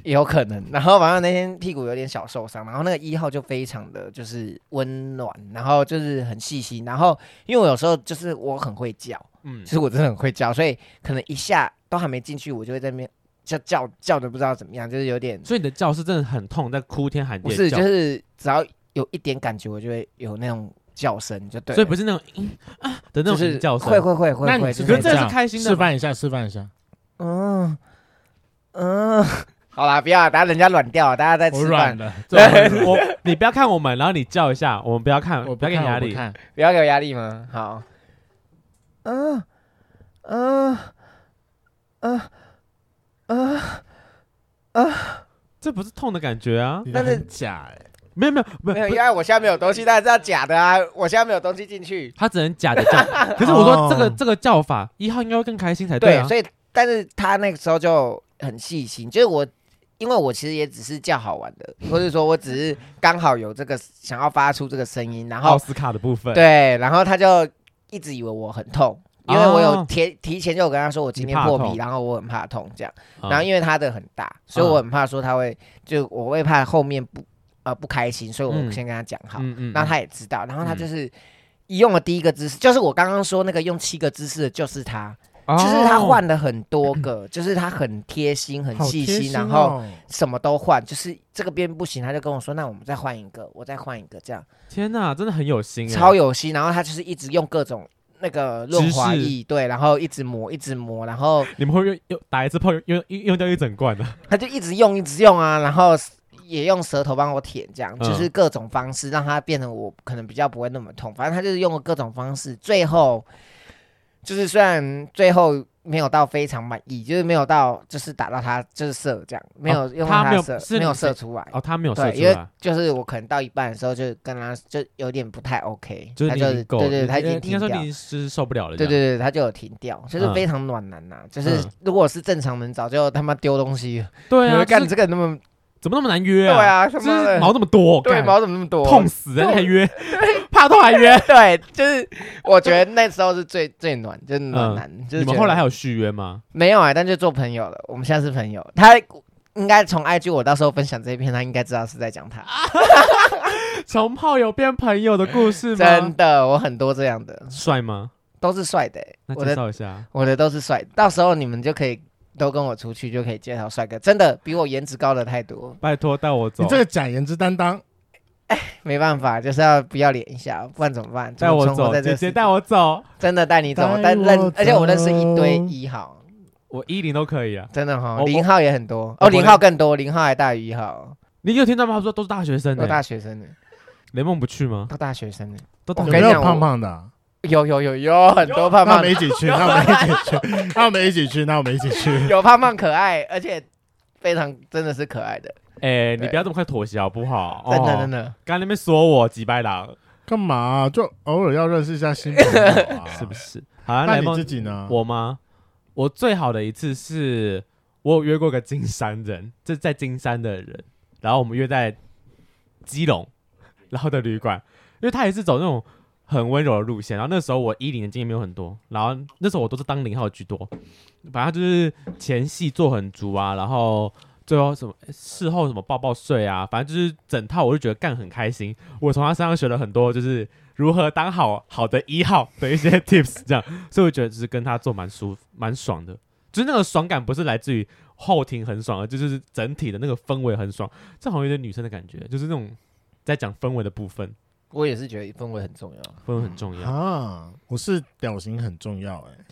Speaker 4: 也有可能。然后反正那天屁股有点小受伤，然后那个一号就非常的就是温暖，然后就是很细心。然后因为我有时候就是我很会叫，
Speaker 3: 嗯
Speaker 4: 其，实我真的很会叫，所以可能一下都还没进去，我就会在那边叫叫叫的不知道怎么样，就是有点
Speaker 3: 所以你的叫是真的很痛，在哭天喊地
Speaker 4: 不
Speaker 3: 的
Speaker 4: 是
Speaker 3: 叫
Speaker 4: 就是只要有一点感觉，我就会有那种叫声，就对了。
Speaker 3: 所以不是那种嗯啊的那
Speaker 4: 就
Speaker 3: 种
Speaker 4: 是
Speaker 3: 吟叫声。
Speaker 4: 会会会会
Speaker 1: 那
Speaker 4: 会，
Speaker 1: 你
Speaker 4: 就
Speaker 1: 只
Speaker 3: 可
Speaker 4: 是
Speaker 1: 这
Speaker 3: 是这个
Speaker 1: 样
Speaker 3: 是开心的
Speaker 1: 示
Speaker 3: 嘛
Speaker 1: 范一下，示范一 下。
Speaker 4: 嗯嗯，好啦，不要啦，大家人家软掉了，大家在
Speaker 1: 我
Speaker 4: 吃
Speaker 1: 软
Speaker 4: 饭，
Speaker 1: 了，
Speaker 3: 这种我你不要看我们，然后你叫一下，我们不要看，
Speaker 1: 我
Speaker 3: 不要给你压力。
Speaker 1: 看，
Speaker 4: 不要给我压力嘛。好，嗯嗯嗯嗯，
Speaker 3: 这不是痛的感觉啊！
Speaker 1: 但
Speaker 4: 但是
Speaker 1: 是假哎，
Speaker 3: 没有没有没
Speaker 4: 没有，
Speaker 3: 有
Speaker 4: 因
Speaker 3: 不，
Speaker 4: 为我现在没有东西，大家知道假的啊，我现在没有东西进去。
Speaker 3: 他只能假的叫。可是我说这个
Speaker 1: 哦
Speaker 3: 这个叫法，一号应该会更开心才
Speaker 4: 对，
Speaker 3: 啊。
Speaker 4: 所以但是他那个时候就很细心，就是我，因为我其实也只是叫好玩的，或者说我只是刚好有这个想要发出这个声音，然
Speaker 3: 奥
Speaker 4: 后
Speaker 3: 斯卡的部分，，
Speaker 4: 对，然后他就一直以为我很痛。因为我有
Speaker 3: 哦
Speaker 4: 提提前就有跟他说我今
Speaker 3: 你
Speaker 4: 天
Speaker 3: 怕
Speaker 4: 破
Speaker 3: 痛
Speaker 4: 皮，然后我很怕痛这样，然后
Speaker 3: 嗯
Speaker 4: 因为他的很大，所以
Speaker 3: 哦
Speaker 4: 我很怕说他会就我会怕后面不呃不开心，所以我
Speaker 3: 嗯
Speaker 4: 先跟他讲好，
Speaker 3: 嗯嗯，
Speaker 4: 然后
Speaker 3: 嗯
Speaker 4: 他也知道，然后他
Speaker 3: 嗯
Speaker 4: 就是一用了第一个姿势，就是我刚刚说那个用七个姿势的就是他，就是他
Speaker 3: 哦
Speaker 4: 换了很多个，就是他很贴心、很
Speaker 1: 哦好
Speaker 4: 细
Speaker 1: 贴
Speaker 3: 啊
Speaker 4: 心，然
Speaker 1: 哦
Speaker 4: 后什么都换，就是这个边不行，他就跟我说：“那我们再换一个，我再换一个，这样
Speaker 3: 天哪，真的很有心欸，
Speaker 4: 超有心。”然后他就是一直用各种那个润滑
Speaker 3: 知
Speaker 4: 液，对，然后一直抹，一直抹，然后
Speaker 3: 你们会用用打一次炮用用用掉一整罐 的，
Speaker 4: 他就一直用，一直用啊，然后也用舌头帮我舔，这样
Speaker 3: 嗯
Speaker 4: 就是各种方式让它变成我可能比较不会那么痛。反正他就是用了各种方式，最后就是虽然最后没有到非常满意，就是没有到就是打到他就是射这样，没有用到
Speaker 3: 哦他没有
Speaker 4: 射，
Speaker 3: 是
Speaker 4: 没有
Speaker 3: 你
Speaker 4: 射出来。
Speaker 3: 哦，他没有射
Speaker 4: 对，
Speaker 3: 出
Speaker 4: 因为
Speaker 3: 来，
Speaker 4: 就是我可能到一半的时候，就跟他就有点不太 OK，
Speaker 3: 就是
Speaker 4: 他
Speaker 3: 你
Speaker 4: 就
Speaker 3: 已
Speaker 4: 是
Speaker 3: 经够
Speaker 4: 对
Speaker 3: 了，
Speaker 4: 对，
Speaker 3: 你
Speaker 4: 他已
Speaker 3: 应
Speaker 4: 经
Speaker 3: 该
Speaker 4: 停
Speaker 3: 说
Speaker 4: 掉
Speaker 3: 你是受不了了，
Speaker 4: 对
Speaker 3: 这样，
Speaker 4: 对对，他就有停掉，就是
Speaker 3: 嗯
Speaker 4: 非常暖男呐、就是
Speaker 3: 嗯
Speaker 4: 如果是正常人，早就他妈丢东西了。
Speaker 3: 对
Speaker 4: 我
Speaker 3: 啊，
Speaker 4: 说干
Speaker 3: 就
Speaker 4: 你
Speaker 3: 是
Speaker 4: 这个人那么
Speaker 3: 怎么那么难约
Speaker 4: 对
Speaker 3: 啊？
Speaker 4: 啊，他
Speaker 3: 就
Speaker 4: 妈
Speaker 3: 是
Speaker 4: 的
Speaker 3: 毛那么多，
Speaker 4: 对
Speaker 3: 干
Speaker 4: 毛怎么那么多？
Speaker 3: 痛死了，
Speaker 4: 对
Speaker 3: 你还约，怕痛还约，
Speaker 4: 对，就是我觉得那时候是最最暖，就是暖男。就
Speaker 3: 嗯
Speaker 4: 是
Speaker 3: 你们后来还有续约吗？
Speaker 4: 没有啊、但就做朋友了。我们现在是朋友，他应该从 IG 我到时候分享这一篇，他应该知道是在讲他。
Speaker 3: 从炮友变朋友的故事
Speaker 4: 真
Speaker 3: 吗？
Speaker 4: 的，我很多这样的，
Speaker 3: 帅吗？
Speaker 4: 都是帅的欸、
Speaker 3: 那
Speaker 4: 我
Speaker 3: 介
Speaker 4: 的
Speaker 3: 绍一下，
Speaker 4: 我的都是帅，到时候你们就可以都跟我出去，就可以介绍帅哥。真的比我颜值高的太多，
Speaker 3: 拜托带我走
Speaker 1: 你这，个假颜值担当，
Speaker 4: 没办法，就是要不要脸一下，不然怎么办？怎
Speaker 3: 带
Speaker 4: 么
Speaker 3: 我
Speaker 4: 存活
Speaker 3: 走，
Speaker 4: 在这
Speaker 3: 姐
Speaker 4: 世
Speaker 3: 姐
Speaker 4: 界
Speaker 3: 带我走，
Speaker 4: 真的带你走
Speaker 1: 带，
Speaker 4: 但
Speaker 1: 我
Speaker 4: 认而且我认识一堆
Speaker 1: 走
Speaker 4: 一号。
Speaker 3: 我一零都可以啊。
Speaker 4: 真的哈、
Speaker 3: 我
Speaker 4: 零号也很多
Speaker 3: 我
Speaker 4: 哦，零号更多，零号还大于一号，
Speaker 3: 你有听到吗？他说都是大学生
Speaker 4: 都大
Speaker 3: 欸，
Speaker 4: 学生呢，
Speaker 3: 雷梦不去吗？
Speaker 4: 都大学生呢，
Speaker 3: 都
Speaker 1: 有
Speaker 3: 大
Speaker 4: 我
Speaker 1: 没
Speaker 4: 跟你
Speaker 1: 有
Speaker 4: 讲我
Speaker 1: 胖胖的啊？
Speaker 4: 有有有有很多胖
Speaker 1: 那我
Speaker 4: 胖
Speaker 1: 们，一起 去，那我们一起去，那我们一起去，那我们一起去。
Speaker 4: 有胖胖可爱，而且非常真的是可爱的，
Speaker 3: 哎，你
Speaker 4: 对
Speaker 3: 不要这么快妥协好不好？
Speaker 4: 真的真
Speaker 3: 的，
Speaker 4: 的，
Speaker 3: 刚才那边说我几白狼
Speaker 1: 干嘛啊、就偶尔要认识一下新朋友、啊，
Speaker 3: 是不？是？好啊，
Speaker 1: 那
Speaker 3: 雷
Speaker 1: 你
Speaker 3: 梦
Speaker 1: 自己呢？
Speaker 3: 我吗？我最好的一次是我有约过个金山人， 这在金山的人，然后我们约在基隆，然后的旅馆，因为他也是走那种很温柔的路线。然后那时候我一零的经验没有很多，然后那时候我都是当零号居多，反正他就是前戏做很足啊，然后。最后什么事后什么抱抱睡啊，反正就是整套我就觉得干很开心。我从他身上学了很多，就是如何当好好的一号的一些 tips，这样。所以我觉得就是跟他做蛮舒服蛮爽的，就是那个爽感不是来自于后庭很爽，而就是整体的那个氛围很爽。这好像有点女生的感觉，就是那种在讲氛围的部分，
Speaker 4: 我也是觉得氛围很重要，
Speaker 3: 氛围很重要。
Speaker 1: 啊，我是表型很重要哎、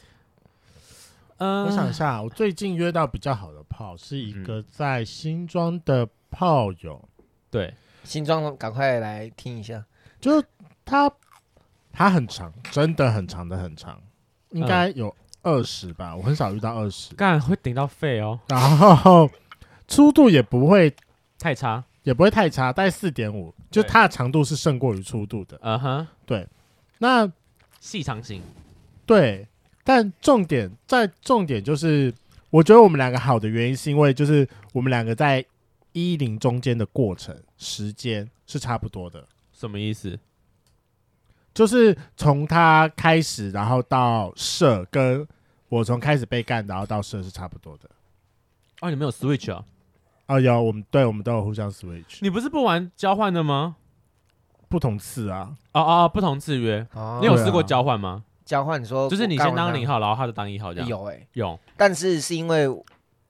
Speaker 3: 嗯，
Speaker 1: 我想一下，我最近约到比较好的炮是一个在新庄的炮友，
Speaker 3: 对，
Speaker 4: 新装赶快来听一下，
Speaker 1: 就他他很长，真的很长的很长，应该有二十吧，我很少遇到二十。
Speaker 3: 干会顶到肺哦，
Speaker 1: 然后粗度也不会
Speaker 3: 太差。
Speaker 1: 也不会太差，大概四点五，就
Speaker 3: 对
Speaker 1: 它的长度是胜过于粗度的。
Speaker 3: 嗯哼，
Speaker 1: 那
Speaker 3: 细长型，
Speaker 1: 对，但重点在重点就是，我觉得我们两个好的原因是因为就是我们两个在一零中间的过程时间是差不多的，
Speaker 3: 什么意思？
Speaker 1: 就是从他开始，然后到射，跟我从开始被干，然后到射是差不多的。
Speaker 3: 哦，你们有 Switch 哦？
Speaker 1: 哦，有我们对我们都有互相 switch
Speaker 3: 你不是不玩交换的吗？
Speaker 1: 不同次啊，
Speaker 3: 哦哦，哦不同制约。
Speaker 4: 哦
Speaker 3: 你有
Speaker 1: 对
Speaker 3: 试过
Speaker 1: 啊
Speaker 3: 交换吗？
Speaker 4: 交换，你说
Speaker 3: 就是你
Speaker 4: 干
Speaker 3: 先
Speaker 4: 完
Speaker 3: 当零
Speaker 4: 他
Speaker 3: 号，然后他就当一号这样。
Speaker 4: 有哎、
Speaker 3: 有，
Speaker 4: 但是是因为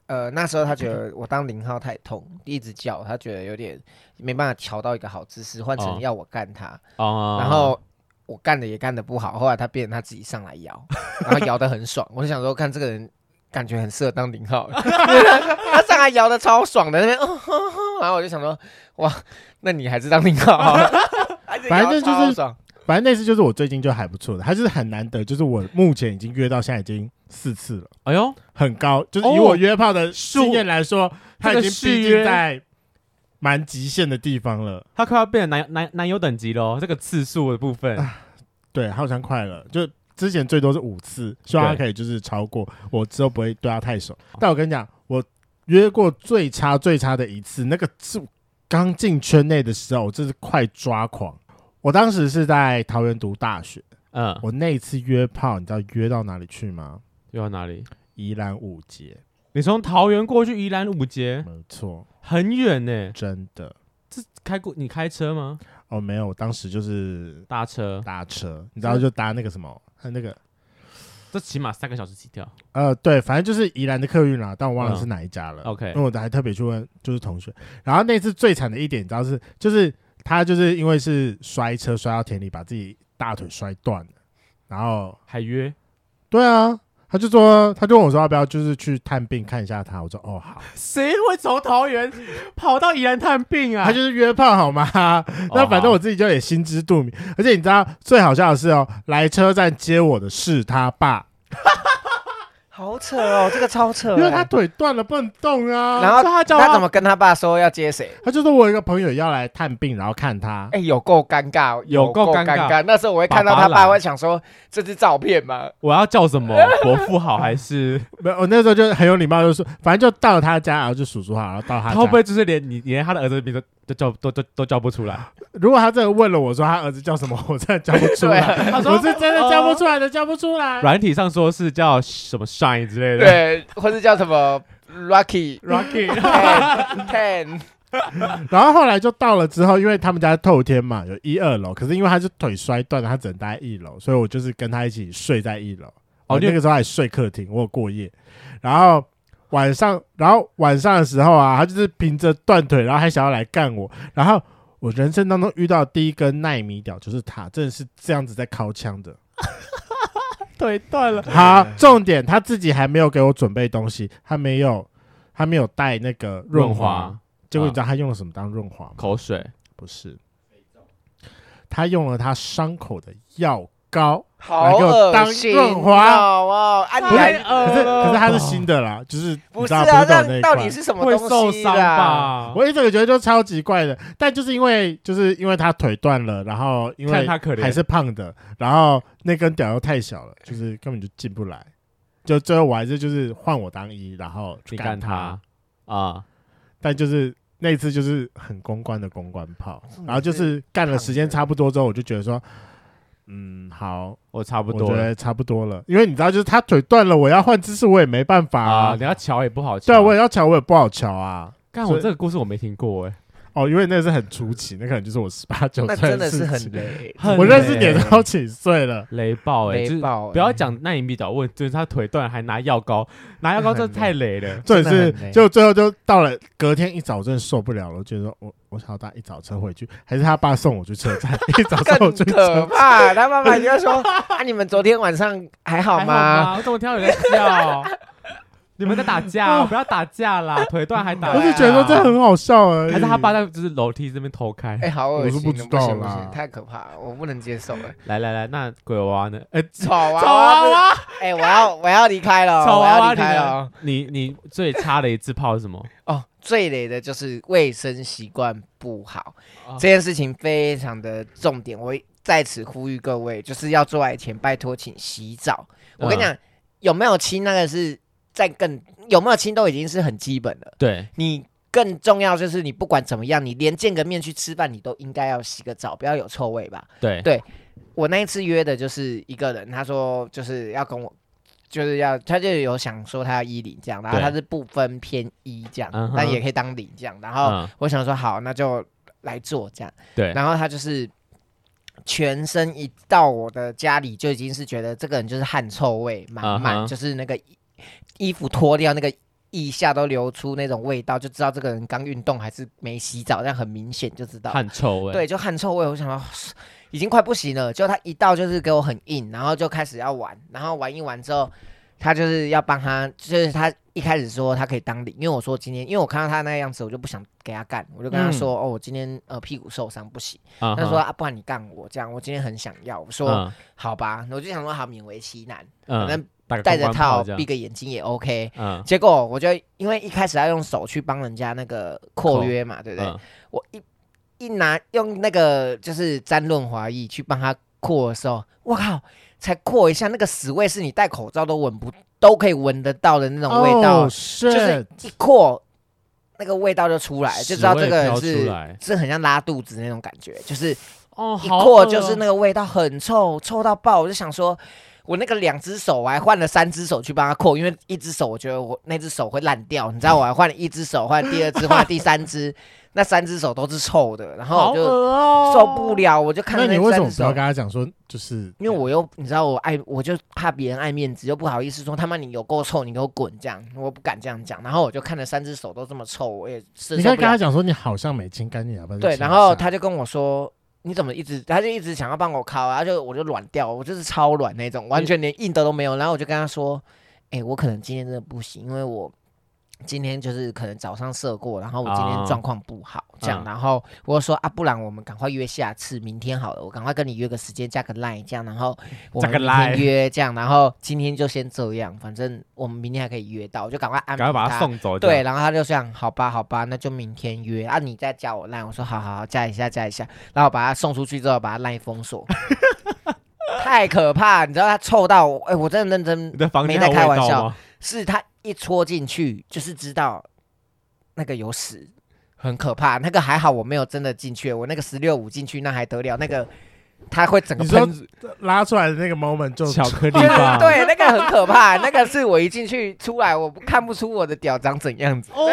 Speaker 4: 呃那时候他觉得我当零号太痛，一直叫他觉得有点没办法调到一个好姿势，换
Speaker 3: 哦
Speaker 4: 成要我干他，
Speaker 3: 哦，
Speaker 4: 然后我干的也干的不好，后来他变成他自己上来摇，然后摇的很爽，我就想说看这个人。感觉很适合当零号， 他上来摇的超爽的，那边， 哦呵呵然后我就想说，哇，那你还是当零号好了，
Speaker 1: 反正就是
Speaker 4: 摇超爽
Speaker 1: 反正那次就是我最近就还不错的，还是很难得，就是我目前已经约到现在已经四次了。
Speaker 3: 哎呦，
Speaker 1: 很高，就是
Speaker 3: 哦
Speaker 1: 以我约炮的经验来说，他已经逼
Speaker 3: 这个续约
Speaker 1: 近在蛮极限的地方了。
Speaker 3: 他快要变成男男男友等级了哦，这个次数的部分。
Speaker 1: 对，好像快了，就之前最多是五次，希望他可以就是超过我之后不会对他太熟。但我跟你讲，我约过最差最差的一次，那个是刚进圈内的时候，我真是快抓狂。我当时是在桃园读大学，
Speaker 3: 嗯，
Speaker 1: 我那一次约炮，你知道约到哪里去吗？
Speaker 3: 又到哪里？
Speaker 1: 宜兰五节，
Speaker 3: 你从桃园过去宜兰五节，
Speaker 1: 没错，
Speaker 3: 很远呢。
Speaker 1: 真的
Speaker 3: 开过你开车吗？
Speaker 1: 哦，没有，我当时就是
Speaker 3: 搭车，
Speaker 1: 搭车，你知道就搭那个什么，呃那个
Speaker 3: 这起码三个小时起跳。
Speaker 1: 呃，对，反正就是宜兰的客运啦，但我忘了是哪一家了。
Speaker 3: OK，
Speaker 1: 因为我还特别去问，就是同学。然后那次最惨的一点，你知道是，就是他就是因为是摔车摔到田里，把自己大腿摔断了。然后，
Speaker 3: 海约
Speaker 1: 对啊，他就说，他就问我说要不要就是去探病看一下他。我说哦好，
Speaker 3: 谁会从桃园 跑到宜兰探病啊？哦
Speaker 1: 他就是约炮好吗？ 那反
Speaker 4: 哦
Speaker 1: 正我自己就也心知肚明。而且你知道最好笑的是哦，来车站接我的是他爸，
Speaker 4: 好扯哦，这个超扯哎、
Speaker 1: 因为他腿断了不能动啊。
Speaker 4: 然后
Speaker 3: 他叫
Speaker 4: 他怎么跟他爸说要接谁？
Speaker 1: 他就说我有一个朋友要来探病，然后看他。
Speaker 4: 哎、有够尴尬，
Speaker 3: 有够
Speaker 4: 够
Speaker 3: 尴
Speaker 4: 尴
Speaker 3: 尬
Speaker 4: 那时候我会看到
Speaker 3: 爸爸
Speaker 4: 他
Speaker 3: 来
Speaker 4: 爸，会想说这是照片吗？
Speaker 3: 我要叫什么？ 伯父好还是
Speaker 1: 没有，我那时候就很有礼貌，就说反正就到他家，然后就数数好，然后到他
Speaker 3: 他
Speaker 1: 家。
Speaker 3: 会不会就是连你连他的儿子的名字都叫都都都叫不 出来？
Speaker 1: 如果他真的问了我说他儿子叫什么，我真的叫不出
Speaker 4: 对
Speaker 1: 来，
Speaker 3: 啊他呃
Speaker 1: 我是真的叫不出来的，叫不出来。
Speaker 3: 软体上说是叫什么 Shine 之类的。哦
Speaker 4: 对，或是叫什么 Lucky
Speaker 1: Rocky，
Speaker 4: Ten Ten，
Speaker 1: 然后后来就到了之后，因为他们家透天嘛，有一二楼，可是因为他是腿摔断了，他只能待在一楼，所以我就是跟他一起睡在一楼。
Speaker 3: 哦
Speaker 1: 哦，
Speaker 3: 你有
Speaker 1: 那个时候还睡客厅，我有过夜。然后晚上，然后晚上的时候啊，他就是凭着断腿，然后还想要来干我。然后我人生当中遇到第一根奈米屌就是他，真的是这样子在掏枪的。
Speaker 3: 腿断了，
Speaker 1: 好，重点他自己还没有给我准备东西，他没有，他没有带那个润
Speaker 3: 润
Speaker 1: 滑
Speaker 3: 滑。
Speaker 1: 结果你知道他用了什么当润滑
Speaker 4: 啊
Speaker 1: 吗？
Speaker 3: 口水，
Speaker 1: 不是，他用了他伤口的药膏，
Speaker 4: 好
Speaker 1: 给我当
Speaker 4: 恶心
Speaker 1: 润滑
Speaker 4: 好哦，啊，你
Speaker 1: 不是
Speaker 4: 还
Speaker 1: 可
Speaker 3: 可
Speaker 1: 是可是他是新的啦，就是你
Speaker 4: 不
Speaker 1: 知
Speaker 4: 是
Speaker 1: 道
Speaker 4: 啊？
Speaker 1: 懂那
Speaker 4: 那
Speaker 1: 一
Speaker 4: 到
Speaker 1: 块
Speaker 4: 底是什么
Speaker 3: 会受
Speaker 4: 东西
Speaker 3: 伤
Speaker 4: 啦？
Speaker 3: 吧？
Speaker 1: 我一直觉得就超级怪的，但就是因为就是因为他腿断了，然后因
Speaker 3: 看
Speaker 1: 为
Speaker 3: 他可怜
Speaker 1: 还是胖的，然后那根屌又太小了，就是根本就进不来。就最后我还是就是换我当一，然后去
Speaker 3: 你干
Speaker 1: 他
Speaker 3: 他，啊！
Speaker 1: 但就是那一次就是很公关的公关炮，
Speaker 4: 嗯
Speaker 1: 然后就是干了时间差不多之后，我就觉得说，嗯，好，
Speaker 3: 我差不
Speaker 1: 我
Speaker 3: 多
Speaker 1: 觉
Speaker 3: 了
Speaker 1: 得差不多了，因为你知道，就是他腿断了，我要换姿势我也没办法
Speaker 3: 啊！
Speaker 1: 啊
Speaker 3: 你。要瞧也不好瞧，
Speaker 1: 对啊，我也要瞧，我也不好瞧啊。
Speaker 3: 干
Speaker 1: 所
Speaker 3: 我
Speaker 1: 以
Speaker 3: 这个故事我没听过哎，
Speaker 1: 哦，因为那是很初期，那可能就是我十八九
Speaker 4: 那
Speaker 1: 岁
Speaker 4: 真的是
Speaker 1: 事
Speaker 4: 很
Speaker 1: 情。
Speaker 4: 累，
Speaker 3: 很
Speaker 1: 我认识
Speaker 3: 累
Speaker 1: 你 都几岁了？
Speaker 3: 雷爆哎，
Speaker 4: 雷
Speaker 3: 就是
Speaker 4: 爆欸，
Speaker 3: 不要讲那隐蔽岛，我就是他腿断还拿药膏，拿药膏这太雷了。
Speaker 1: 这
Speaker 4: 真的
Speaker 1: 是
Speaker 4: 很累
Speaker 1: 就最后就到了隔天一早，我真的受不了了，我觉得说我我想要搭一早车回去，还是他爸送我去车站，一早送我
Speaker 4: 更
Speaker 1: 去
Speaker 4: 可
Speaker 1: 车站。
Speaker 4: 怕。他妈妈就会说：“ 啊，你们昨天晚上还好
Speaker 3: 还
Speaker 4: 吗？”？
Speaker 3: 我怎么听到有在叫？你们在打 架，哦不要打架啦，腿断还打架。哦
Speaker 1: 我就觉得说这很好笑而已。
Speaker 3: 还是他爸在就是楼梯这边偷开
Speaker 4: 哎、。好恶
Speaker 1: 我是
Speaker 4: 心，
Speaker 1: 不知道
Speaker 4: 行不
Speaker 1: 啦
Speaker 4: 行，太可怕了，我不能接受哎。
Speaker 3: 来来来，那鬼娃娃呢？哎，
Speaker 4: 丑娃
Speaker 3: 丑娃
Speaker 4: 娃，
Speaker 3: 娃，
Speaker 4: 哎、我要我要离开了，
Speaker 3: 丑
Speaker 4: 哦我
Speaker 3: 娃
Speaker 4: 要
Speaker 3: 娃，
Speaker 4: 离
Speaker 3: 你
Speaker 4: 开了
Speaker 3: 呢。你你最差的一次炮是什么？
Speaker 4: 哦，最累的就是卫生习惯不好，
Speaker 3: 哦
Speaker 4: 这件事情非常的重点。我在此呼吁各位，就是要做爱前拜托请洗澡。我跟你
Speaker 3: 嗯
Speaker 4: 讲，有没有亲那个是在更有没有亲都已经是很基本了。
Speaker 3: 对，
Speaker 4: 你更重要就是你不管怎么样，你连见个面去吃饭，你都应该要洗个澡，不要有臭味吧。
Speaker 3: 对
Speaker 4: 对我那一次约的就是一个人，他说就是要跟我，就是要他就有想说他要一零这样，然后
Speaker 3: 对
Speaker 4: 他是不分偏一这样
Speaker 3: 嗯哼，
Speaker 4: 但也可以当零这样。然后
Speaker 3: 嗯，
Speaker 4: 我想说好，那就来做这样。
Speaker 3: 对，
Speaker 4: 然后他就是全身一到我的家里就已经是觉得这个人就是汗臭味满满
Speaker 3: 嗯哼
Speaker 4: 就是那个衣衣服脱掉那个。腋下都流出那种味道，就知道这个人刚运动还是没洗澡，但很明显就知道。
Speaker 3: 汗臭味。
Speaker 4: 对，就汗臭味。我想到已经快不行了，就他一到就是给我很硬，然后就开始要玩，然后玩一玩之后，他就是要帮他，就是他一开始说他可以当零，因为我说今天，因为我看到他那样子，我就不想给他干，我就
Speaker 3: 嗯
Speaker 4: 跟他说、哦，我今天呃屁股受伤不行，
Speaker 3: 嗯哼，
Speaker 4: 他说啊，不然你干我这样，我今天很想要，我说、
Speaker 3: 嗯
Speaker 4: 好吧，我就想说好勉为其难，反
Speaker 3: 嗯，
Speaker 4: 正
Speaker 3: 打个
Speaker 4: 戴
Speaker 3: 公
Speaker 4: 着
Speaker 3: 关炮
Speaker 4: 套
Speaker 3: 这样
Speaker 4: 闭个眼睛也 OK。
Speaker 3: 嗯
Speaker 4: 结果我就因为一开始要用手去帮人家那个
Speaker 3: 扣
Speaker 4: 括约嘛，对不对？
Speaker 3: 嗯
Speaker 4: 我一一拿用那个就是沾润滑液去帮他扩的时候，我靠，才扩一下，那个屎味是你戴口罩都闻不都可以闻得到的那种味道，
Speaker 3: 哦
Speaker 1: Oh,
Speaker 4: 就是一
Speaker 1: shit
Speaker 4: 扩那个味道就出来，就知道这个
Speaker 3: 屎
Speaker 4: 人
Speaker 3: 味飘出
Speaker 4: 是
Speaker 3: 来
Speaker 4: 是很像拉肚子那种感觉，就是
Speaker 3: 哦，
Speaker 4: 一
Speaker 3: 好
Speaker 4: 扩
Speaker 3: 恶
Speaker 4: 就是那个味道很臭，臭到爆，我就想说。我那个两只手，我还换了三只手去帮他扩，因为一只手我觉得我那只手会烂掉，你知道，我还换了一只手，换了第二只，换了第三只，那三只手都是臭的，然后
Speaker 3: 好
Speaker 4: 我就
Speaker 3: 恶哦，
Speaker 4: 受不了，我就看
Speaker 1: 那
Speaker 4: 着
Speaker 1: 你为什
Speaker 4: 三
Speaker 1: 么
Speaker 4: 只
Speaker 1: 不要
Speaker 4: 手
Speaker 1: 跟，他讲说，就是
Speaker 4: 因为我又你知道我爱，我就怕别人爱面子，又不好意思说他妈你有够臭，你给我滚这样，我不敢这样讲，然后我就看着三只手都这么臭，我也是
Speaker 1: 你可以跟他讲说你好像没清干净，啊要不然就
Speaker 4: 对，
Speaker 1: 清一
Speaker 4: 然后
Speaker 1: 下
Speaker 4: 他就跟我说。你怎么一直？他就一直想要帮我敲，然后就我就软掉，我就是超软那
Speaker 3: 嗯
Speaker 4: 种，完全连硬的都没有。然后我就跟他说：“哎、我可能今天真的不行，因为我今天就是可能早上射过，然后我今
Speaker 3: 啊
Speaker 4: 天状况不好，这样。
Speaker 3: 嗯
Speaker 4: 然后我就说啊，不然我们赶快约下次，明天好了，我赶快跟你约个时间，加个 line 这样，然 后我
Speaker 3: 加个
Speaker 4: 们明天
Speaker 3: line
Speaker 4: 约这样，然后今天就先这样，反正我们明天还可以约到，我就赶快安排
Speaker 3: 赶快把他送走。
Speaker 4: 对，，然后他就想，好吧，好吧，那就明天约啊，你再加我烂。我说好好好，加一下，加一下。然后我把他送出去之后，把他烂 封锁，太可怕！你知道他臭到我，哎、我真的认真
Speaker 3: 你，的房间
Speaker 4: 没在
Speaker 3: 还有
Speaker 4: 开
Speaker 3: 味
Speaker 4: 玩
Speaker 3: 道
Speaker 4: 笑
Speaker 3: 吗？
Speaker 4: 是他一戳进去就是知道那个有屎，很可怕。那个还好我没有真的进去，我那个十六五进去那还得了，那个他会整个
Speaker 1: 你说
Speaker 4: 喷
Speaker 1: 拉出来的那个 moment 就
Speaker 3: 巧克力
Speaker 4: 对
Speaker 3: 吧？
Speaker 4: 对，那个很可怕，那个是我一进去出来，我不看不出我的屌长怎样 子。
Speaker 3: 哦，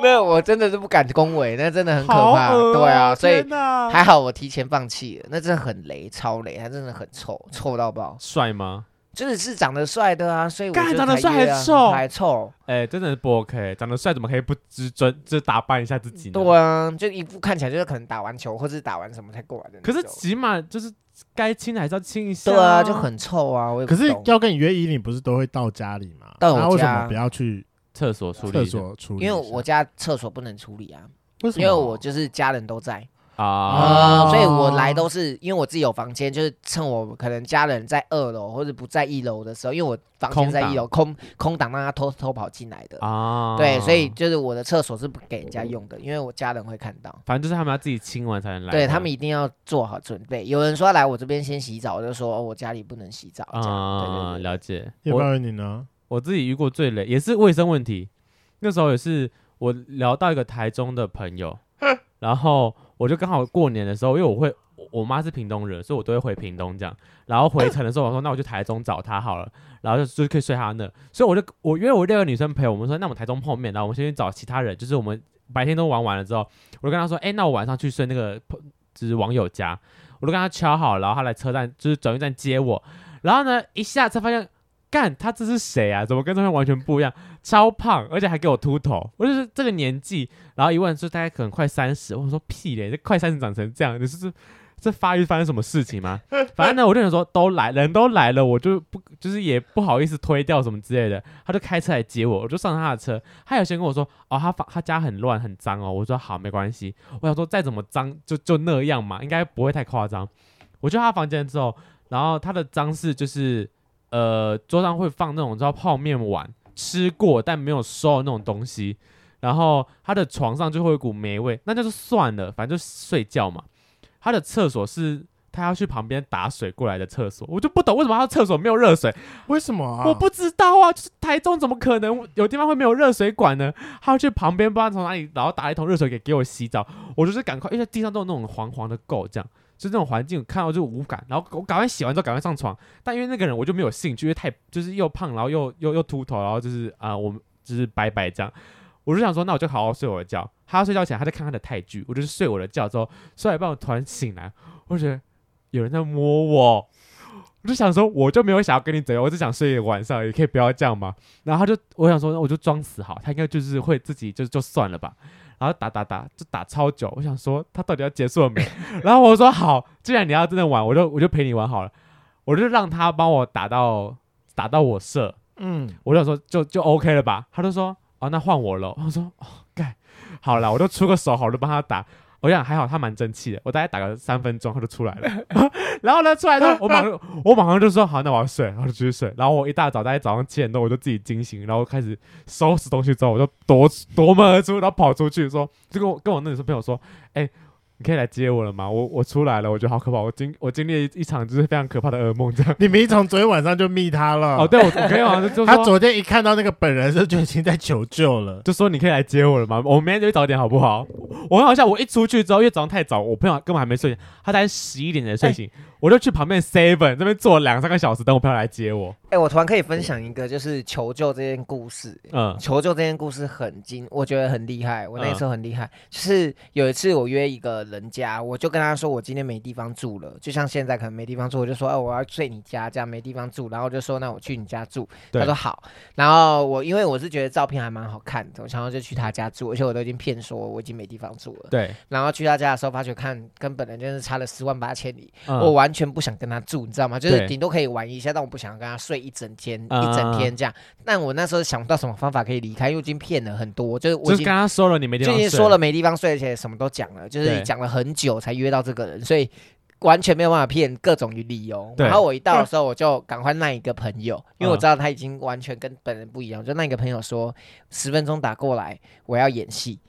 Speaker 4: 那我真的是不敢恭维，那真的很可怕，
Speaker 3: 好恶哦
Speaker 4: 对啊，所以
Speaker 3: 天哪
Speaker 4: 还好我提前放弃了，那真的很雷，超雷，他真的很臭，臭到爆，
Speaker 3: 帅吗？
Speaker 4: 就是是长得帅的啊，所以我
Speaker 3: 干
Speaker 4: 就
Speaker 3: 长得
Speaker 4: 才
Speaker 3: 帅
Speaker 4: 约啊
Speaker 3: 还臭
Speaker 4: 还臭，
Speaker 3: 哎，真的是不 OK，长得帅怎么可以不知尊，就打扮一下自己
Speaker 1: 嗯
Speaker 3: 呢？
Speaker 4: 对啊，就一副看起来就是可能打完球或是打完什么才过来的那
Speaker 3: 可
Speaker 4: 种，
Speaker 3: 是起码就是该亲的还是要亲一下。
Speaker 4: 对啊，就很臭啊，我也不
Speaker 1: 可是
Speaker 4: 懂
Speaker 1: 要跟你约一零，不是都会到家里吗？
Speaker 4: 到我
Speaker 1: 那为什
Speaker 4: 家
Speaker 1: 么不要去
Speaker 3: 厕所处理
Speaker 1: 厕所处理一
Speaker 4: 因
Speaker 1: 下？
Speaker 4: 为我家厕所不能处理啊，
Speaker 1: 为什么？
Speaker 4: 因为我就是家人都在。
Speaker 3: 啊
Speaker 1: 哦
Speaker 4: 啊、所以我
Speaker 3: 哦
Speaker 4: 来都是因为我自己有房间，就是趁我可能家人在二楼或者不在一楼的时候，因为我房间在一楼空空档，让他偷偷跑进来的。
Speaker 3: 啊，
Speaker 4: 对，所以就是我的厕所是不给人家用的，因为我家人会看到。
Speaker 3: 反正就是他们要自己亲完才能来嘛。
Speaker 4: 对他们一定要做好准备。有人说要来我这边先洗澡，我就说哦，我家里不能洗澡。这样，
Speaker 3: 啊，
Speaker 4: 对对对，
Speaker 3: 了解。
Speaker 1: 要不
Speaker 3: 我
Speaker 1: 要你呢？
Speaker 3: 我自己遇过最累也是卫生问题，那时候也是我聊到一个台中的朋友，然后我就刚好过年的时候，因为我会我我妈是屏东人，所以我都会回屏东这样。然后回程的时候，我说那我去台中找她好了，然后就就可以睡她那。所以我就我因为我六个女生陪我，我们说那我们台中碰面，然后我们先去找其他人，就是我们白天都玩完了之后，我就跟她说，哎、那我晚上去睡那个就是网友家，我就跟她敲好，然后她来车站就是转运站接我。然后呢，一下车发现。干，她这是谁啊？怎么跟照片完全不一样？超胖，而且还给我秃头。我就是这个年纪，然后一问说大概可能快三十，我说屁嘞，这快三十长成这样，你是不是这发育发生什么事情吗？反正呢，我就想说都来，人都来了，我就不就是也不好意思推掉什么之类的，他就开车来接我，我就上他的车。他有先跟我说，哦，他房他家很乱很脏哦，我说好没关系，我想说再怎么脏就就那样嘛，应该不会太夸张。我去他房间之后，然后他的脏是就是呃桌上会放那种叫泡面碗，吃过但没有收的那种东西。然后他的床上就会有一股霉味，那就是算了，反正就睡觉嘛。他的厕所是他要去旁边打水过来的厕所，我就不懂为什么他的厕所没有热水，
Speaker 1: 为什么啊？
Speaker 3: 我不知道啊，就是台中怎么可能有地方会没有热水管呢？他要去旁边不知道从哪里，然后打一桶热水给给我洗澡，我就是赶快，因为地上都有那种黄黄的垢，这样就那种环境看到就无感，然后我赶快洗完之后赶快上床，但因为那个人我就没有兴趣，因为太就是又胖，然后又又又秃头，然后就是啊、我们就是拜拜这样。我就想说，那我就好好睡我的觉。他睡觉前，他在看他的泰剧，我就是睡我的觉之后，睡到一半我突然醒来，我就觉得有人在摸我，我就想说，我就没有想要跟你怎样，我只想睡一个晚上，也可以不要这样嘛。然后他就，我想说，那我就装死好，他应该就是会自己就就算了吧。然后打打打，就打超久。我想说，他到底要结束了没？然后我说好，既然你要真的玩，我就我就陪你玩好了。我就让他帮我打到打到我射，
Speaker 1: 嗯，
Speaker 3: 我就想说就就 OK 了吧？他就说哦，那换我了。我说哦，干，好了，我就出个手好了，帮他打。我想还好他蛮争气的，我大概打个三分钟他就出来了。 然后呢，出来之后我马上我马上就说好，那我要睡，然后就继续睡。然后我一大早大概早上七点多我就自己惊醒，然后开始收拾东西之后我就夺夺门而出，然后跑出去说，就跟我跟我那女生朋友说，哎、你可以来接我了吗？我我出来了，我觉得好可怕，我经我经历一场就是非常可怕的噩梦这样。
Speaker 1: 你明从昨天晚上就密他了。
Speaker 3: 哦，对，我我可以晚上就就说
Speaker 1: 他昨天一看到那个本人的时候就已经在求救了。
Speaker 3: 就说你可以来接我了吗？我们明天就去早点好不好？我很好笑，我一出去之后，因为早上太早，我朋友根本还没睡醒，他大概十一点才睡醒，
Speaker 4: 哎
Speaker 3: 我就去旁边 seven 那边坐两三个小时，等我朋友来接我。
Speaker 4: 哎、我突然可以分享一个，就是求救这件故事。
Speaker 3: 嗯
Speaker 4: 求救这件故事很精，我觉得很厉害。我那时候很厉害，就是有一次我约一个人家，我就跟他说我今天没地方住了，就像现在可能没地方住，我就说哎、我要睡你家，这样没地方住，然后我就说那我去你家住，
Speaker 3: 对
Speaker 4: 他说好。然后我因为我是觉得照片还蛮好看的，我想要就去他家住，而且我都已经骗说我已经没地方住了。
Speaker 3: 对，
Speaker 4: 然后去他家的时候，发觉看跟本人真是差了十万八千里，
Speaker 3: 嗯
Speaker 4: 我完全不想跟他住，你知道吗？就是
Speaker 3: 对
Speaker 4: 顶多可以玩一下，但我不想跟他睡一整天、
Speaker 3: 啊
Speaker 4: 一整天这样。但我那时候想不到什么方法可以离开，因为已经骗了很多，就是我
Speaker 3: 就
Speaker 4: 已
Speaker 3: 是
Speaker 4: 经
Speaker 3: 刚刚说了，你没地
Speaker 4: 就
Speaker 3: 方
Speaker 4: 已
Speaker 3: 睡
Speaker 4: 经说了，没地方睡，而且什么都讲了，就是
Speaker 3: 对
Speaker 4: 讲了很久才约到这个人，所以完全没有办法骗各种理由。
Speaker 3: 对
Speaker 4: 然后我一到的时候，我就赶快赖一个朋友，因为我知道他已经完全跟本人不 一样，我就赖一个朋友说十分钟打过来，我要 演戏。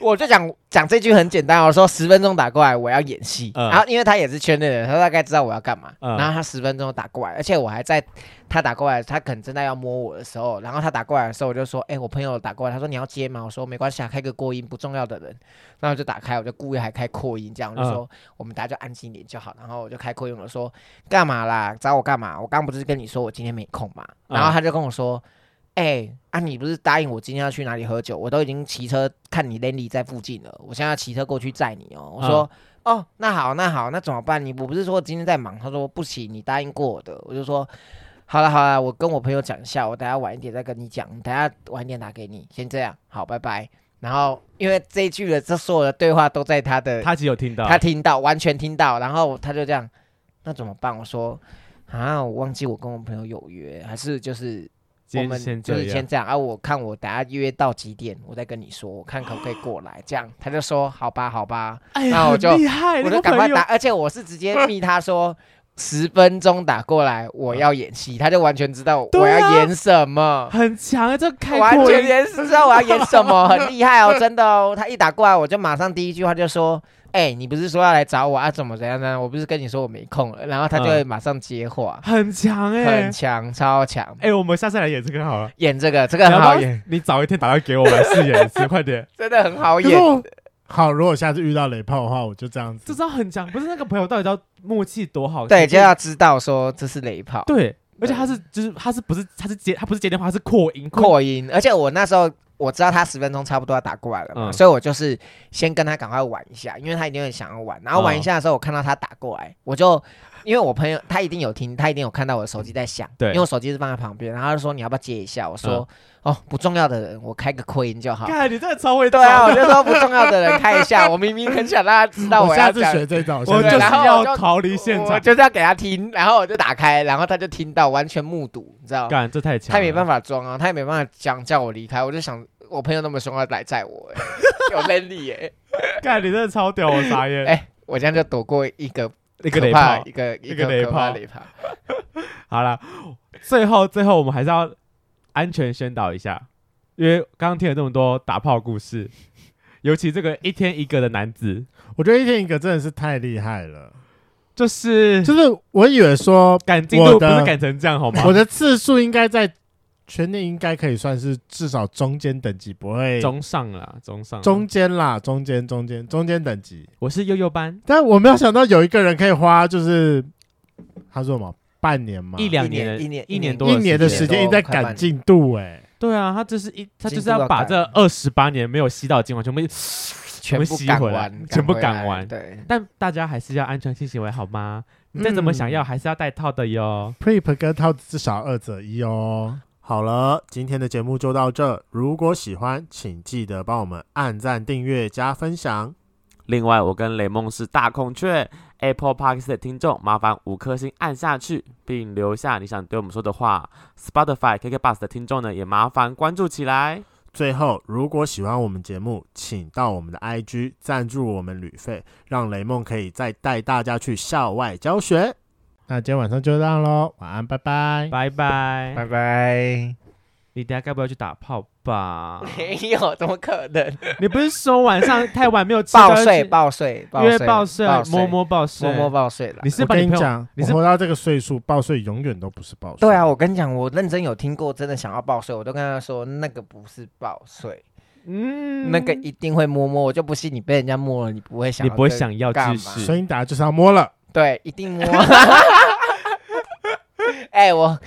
Speaker 4: 我就讲讲这句很简单哦，我说十分钟打过来，我要演戏。
Speaker 3: 嗯
Speaker 4: 然后因为他也是圈内人，他大概知道我要干嘛。
Speaker 3: 嗯
Speaker 4: 然后他十分钟打过来，而且我还在他打过来，他可能正在要摸我的时候，然后他打过来的时候，我就说：“哎、我朋友打过来，他说你要接吗？”我说：“没关系啊，开个扩音不重要的人。”然后我就打开，我就故意还开扩音，这样我就说：“我们大家就安静一点就好。”然后我就开扩音，我说：“干嘛啦？找我干嘛？我刚不是跟你说我今天没空嘛？”
Speaker 3: 嗯
Speaker 4: 然后他就跟我说：“哎、啊，你不是答应我今天要去哪里喝酒？我都已经骑车看你 Lenny 在附近了，我现在要骑车过去载你哦。”我说。哦，那好，那好，那怎么办？你我不是说今天在忙？他说不行，你答应过我的。我就说好了好了，我跟我朋友讲一下，我等下晚一点再跟你讲，等下晚一点打给你，先这样，好，拜拜。然后因为这一句的这所有的对话都在他的，
Speaker 3: 他其实有听到，
Speaker 4: 他听到，完全听到，然后他就这样，那怎么办？我说啊，我忘记我跟我朋友有约，还是就是我
Speaker 3: 先
Speaker 4: 们
Speaker 3: 先
Speaker 4: 就
Speaker 3: 这
Speaker 4: 是
Speaker 3: 样
Speaker 4: 先，这样啊，我看我等下约到几点，我再跟你说，我看可不可以过来，这样他就说好吧好吧，
Speaker 3: 哎
Speaker 4: 那我
Speaker 3: 很
Speaker 4: 就
Speaker 3: 厉害，
Speaker 4: 我
Speaker 3: 那
Speaker 4: 就
Speaker 3: 个
Speaker 4: 赶
Speaker 3: 朋
Speaker 4: 快
Speaker 3: 友
Speaker 4: 打，，而且我是直接密他说十分钟打过来，我要演戏，他就完全知道我
Speaker 3: 对啊
Speaker 4: 要演什么。
Speaker 3: 很强，啊这开
Speaker 4: 完
Speaker 3: 阔
Speaker 4: 全
Speaker 3: 音，
Speaker 4: 演知道我要演什么，很厉害哦，真的哦。他一打过来，我就马上第一句话就说：“哎、你不是说要来找我啊？怎么怎样呢？我不是跟你说我没空了。”然后他就会马上接话，
Speaker 3: 很强哎
Speaker 4: 很强，超强。
Speaker 3: 哎，我们下次来演这个好了，
Speaker 4: 演这个，这个很好演，
Speaker 3: 演，你早一天打电话给我们来试演一次， 快点。
Speaker 4: 真的很好
Speaker 1: 可是
Speaker 4: 演。
Speaker 1: 我好，如果下次遇到雷炮的话，我就这样
Speaker 3: 这
Speaker 1: 子。
Speaker 3: 招很强，不是那个朋友到底要默契多好？
Speaker 4: 对，
Speaker 3: 其实
Speaker 4: 就要知道说这是雷炮。
Speaker 3: 对，而且他是就是他是不是他是接他不是接电话，他是扩音
Speaker 4: 扩音，而且我那时候我知道他十分钟差不多要打过来了嘛，
Speaker 3: 嗯
Speaker 4: 所以我就是
Speaker 3: 嗯
Speaker 4: 先跟他赶快玩一下，因为他一定很想要玩。然后玩一下的时候，我看到他打过来，我就因为我朋友他一定有听，他一定有看到我的手机在响，
Speaker 3: 对
Speaker 4: 因为我手机是放在旁边，然后他就说你要不要接一下？我说、
Speaker 3: 嗯
Speaker 4: 哦，不重要的人我开个扩音就好。
Speaker 3: 看你真的超会
Speaker 4: 啊对啊，我就说不重要的人开一下，我明明很想让他知道
Speaker 1: 我
Speaker 4: 要
Speaker 1: 下次
Speaker 4: 讲，
Speaker 1: 学这招，
Speaker 3: 我
Speaker 1: 下
Speaker 3: 就
Speaker 1: 次学
Speaker 3: 是
Speaker 4: 然后我
Speaker 3: 要
Speaker 4: 就
Speaker 3: 逃离现
Speaker 4: 我
Speaker 3: 场。
Speaker 4: 就是要给他听，然后我就打开，然后他就听到，完全目睹，你知道吗？
Speaker 3: 干，这太强了，
Speaker 4: 他也没办法装啊，他也没办法讲叫我离开，我就想我朋友那么凶，要来载我、 欸，有能力耶、
Speaker 3: 干，你真的超屌，我傻眼。
Speaker 4: 哎、我这样就躲过一个
Speaker 3: 那
Speaker 4: 可
Speaker 3: 个雷
Speaker 4: 怕
Speaker 3: 炮，
Speaker 4: 一个一
Speaker 3: 一个雷
Speaker 4: 可怕
Speaker 3: 炮
Speaker 4: 雷炮，
Speaker 3: 好了，最后最后我们还是要安全宣导一下，因为刚刚听了这么多打炮故事，尤其这个一天一个的男子，
Speaker 1: 我觉得一天一个真的是太厉害了，
Speaker 3: 就是
Speaker 1: 就是我以为说
Speaker 3: 赶进度
Speaker 1: 我
Speaker 3: 不
Speaker 1: 的
Speaker 3: 是赶成这样好吗？
Speaker 1: 我的次数应该在全年应该可以算是至少中间等级，不会
Speaker 3: 中上啦，中上
Speaker 1: 中间啦，中间中间中间等级。
Speaker 3: 我是悠悠班，
Speaker 1: 但我没有想到有一个人可以花，就是他说什么半年嘛，
Speaker 3: 一两年的
Speaker 4: 啊一年一
Speaker 3: 一
Speaker 4: 年
Speaker 3: 年多
Speaker 1: 一年的
Speaker 3: 的
Speaker 1: 时
Speaker 3: 间。
Speaker 1: 间一直在赶进度、哎，
Speaker 3: 对啊，他就是一，他就是
Speaker 4: 进度要
Speaker 3: 要把
Speaker 4: 赶
Speaker 3: 这二十八年没有吸到的精华全 部。
Speaker 4: 全部
Speaker 3: 吸
Speaker 4: 赶
Speaker 3: 回来
Speaker 4: 完，
Speaker 3: 全部
Speaker 4: 回
Speaker 3: 赶
Speaker 4: 来
Speaker 3: 完
Speaker 4: 对，嗯
Speaker 3: 但大家还是要安全性行为好吗？你再怎么想要，还是要带套的哟。
Speaker 1: Prep 跟套子至少二择一哦。好了，今天的节目就到这。如果喜欢，请记得帮我们按赞、订阅、加分享。
Speaker 2: 另外，我跟雷梦是大孔雀 Apple Park 的听众，麻烦五颗星按下去，并留下你想对我们说的话。Spotify KK Bus 的听众呢，也麻烦关注起来。
Speaker 1: 最后，如果喜欢我们节目，请到我们的 IG 赞助我们旅费，让雷梦可以再带大家去校外教学。那今天晚上就这样喽，晚安，拜拜。
Speaker 3: 拜拜。
Speaker 4: 拜 拜。
Speaker 3: 你等下该不要去打炮吧？
Speaker 4: 没有，怎么可能？
Speaker 3: 你不是说晚上太晚没有 吃
Speaker 4: 报
Speaker 3: 到
Speaker 4: 税，
Speaker 3: 去
Speaker 4: 报税，
Speaker 3: 因为
Speaker 4: 报
Speaker 3: 报
Speaker 4: 税
Speaker 3: 税，
Speaker 4: 报，
Speaker 3: 摸摸报税，
Speaker 4: 摸摸。报税了
Speaker 3: 你。是
Speaker 1: 我
Speaker 3: 把你
Speaker 1: 跟你
Speaker 3: 朋友
Speaker 1: 讲，
Speaker 3: 你
Speaker 1: 我
Speaker 3: 是
Speaker 1: 活到这个岁数，报税永远都不是报税。
Speaker 4: 对啊，，我跟你讲，我认真有听过，真的想要报税，我都跟他说那个不是报税，
Speaker 3: 嗯
Speaker 4: 那个一定会摸摸，我就不信你被人家摸了，你不会想，
Speaker 3: 你不会，想要
Speaker 4: 干
Speaker 3: 知
Speaker 4: 嘛
Speaker 1: 所
Speaker 3: 识。
Speaker 1: 以你打就是要摸了。
Speaker 4: 对，一定摸。哎、我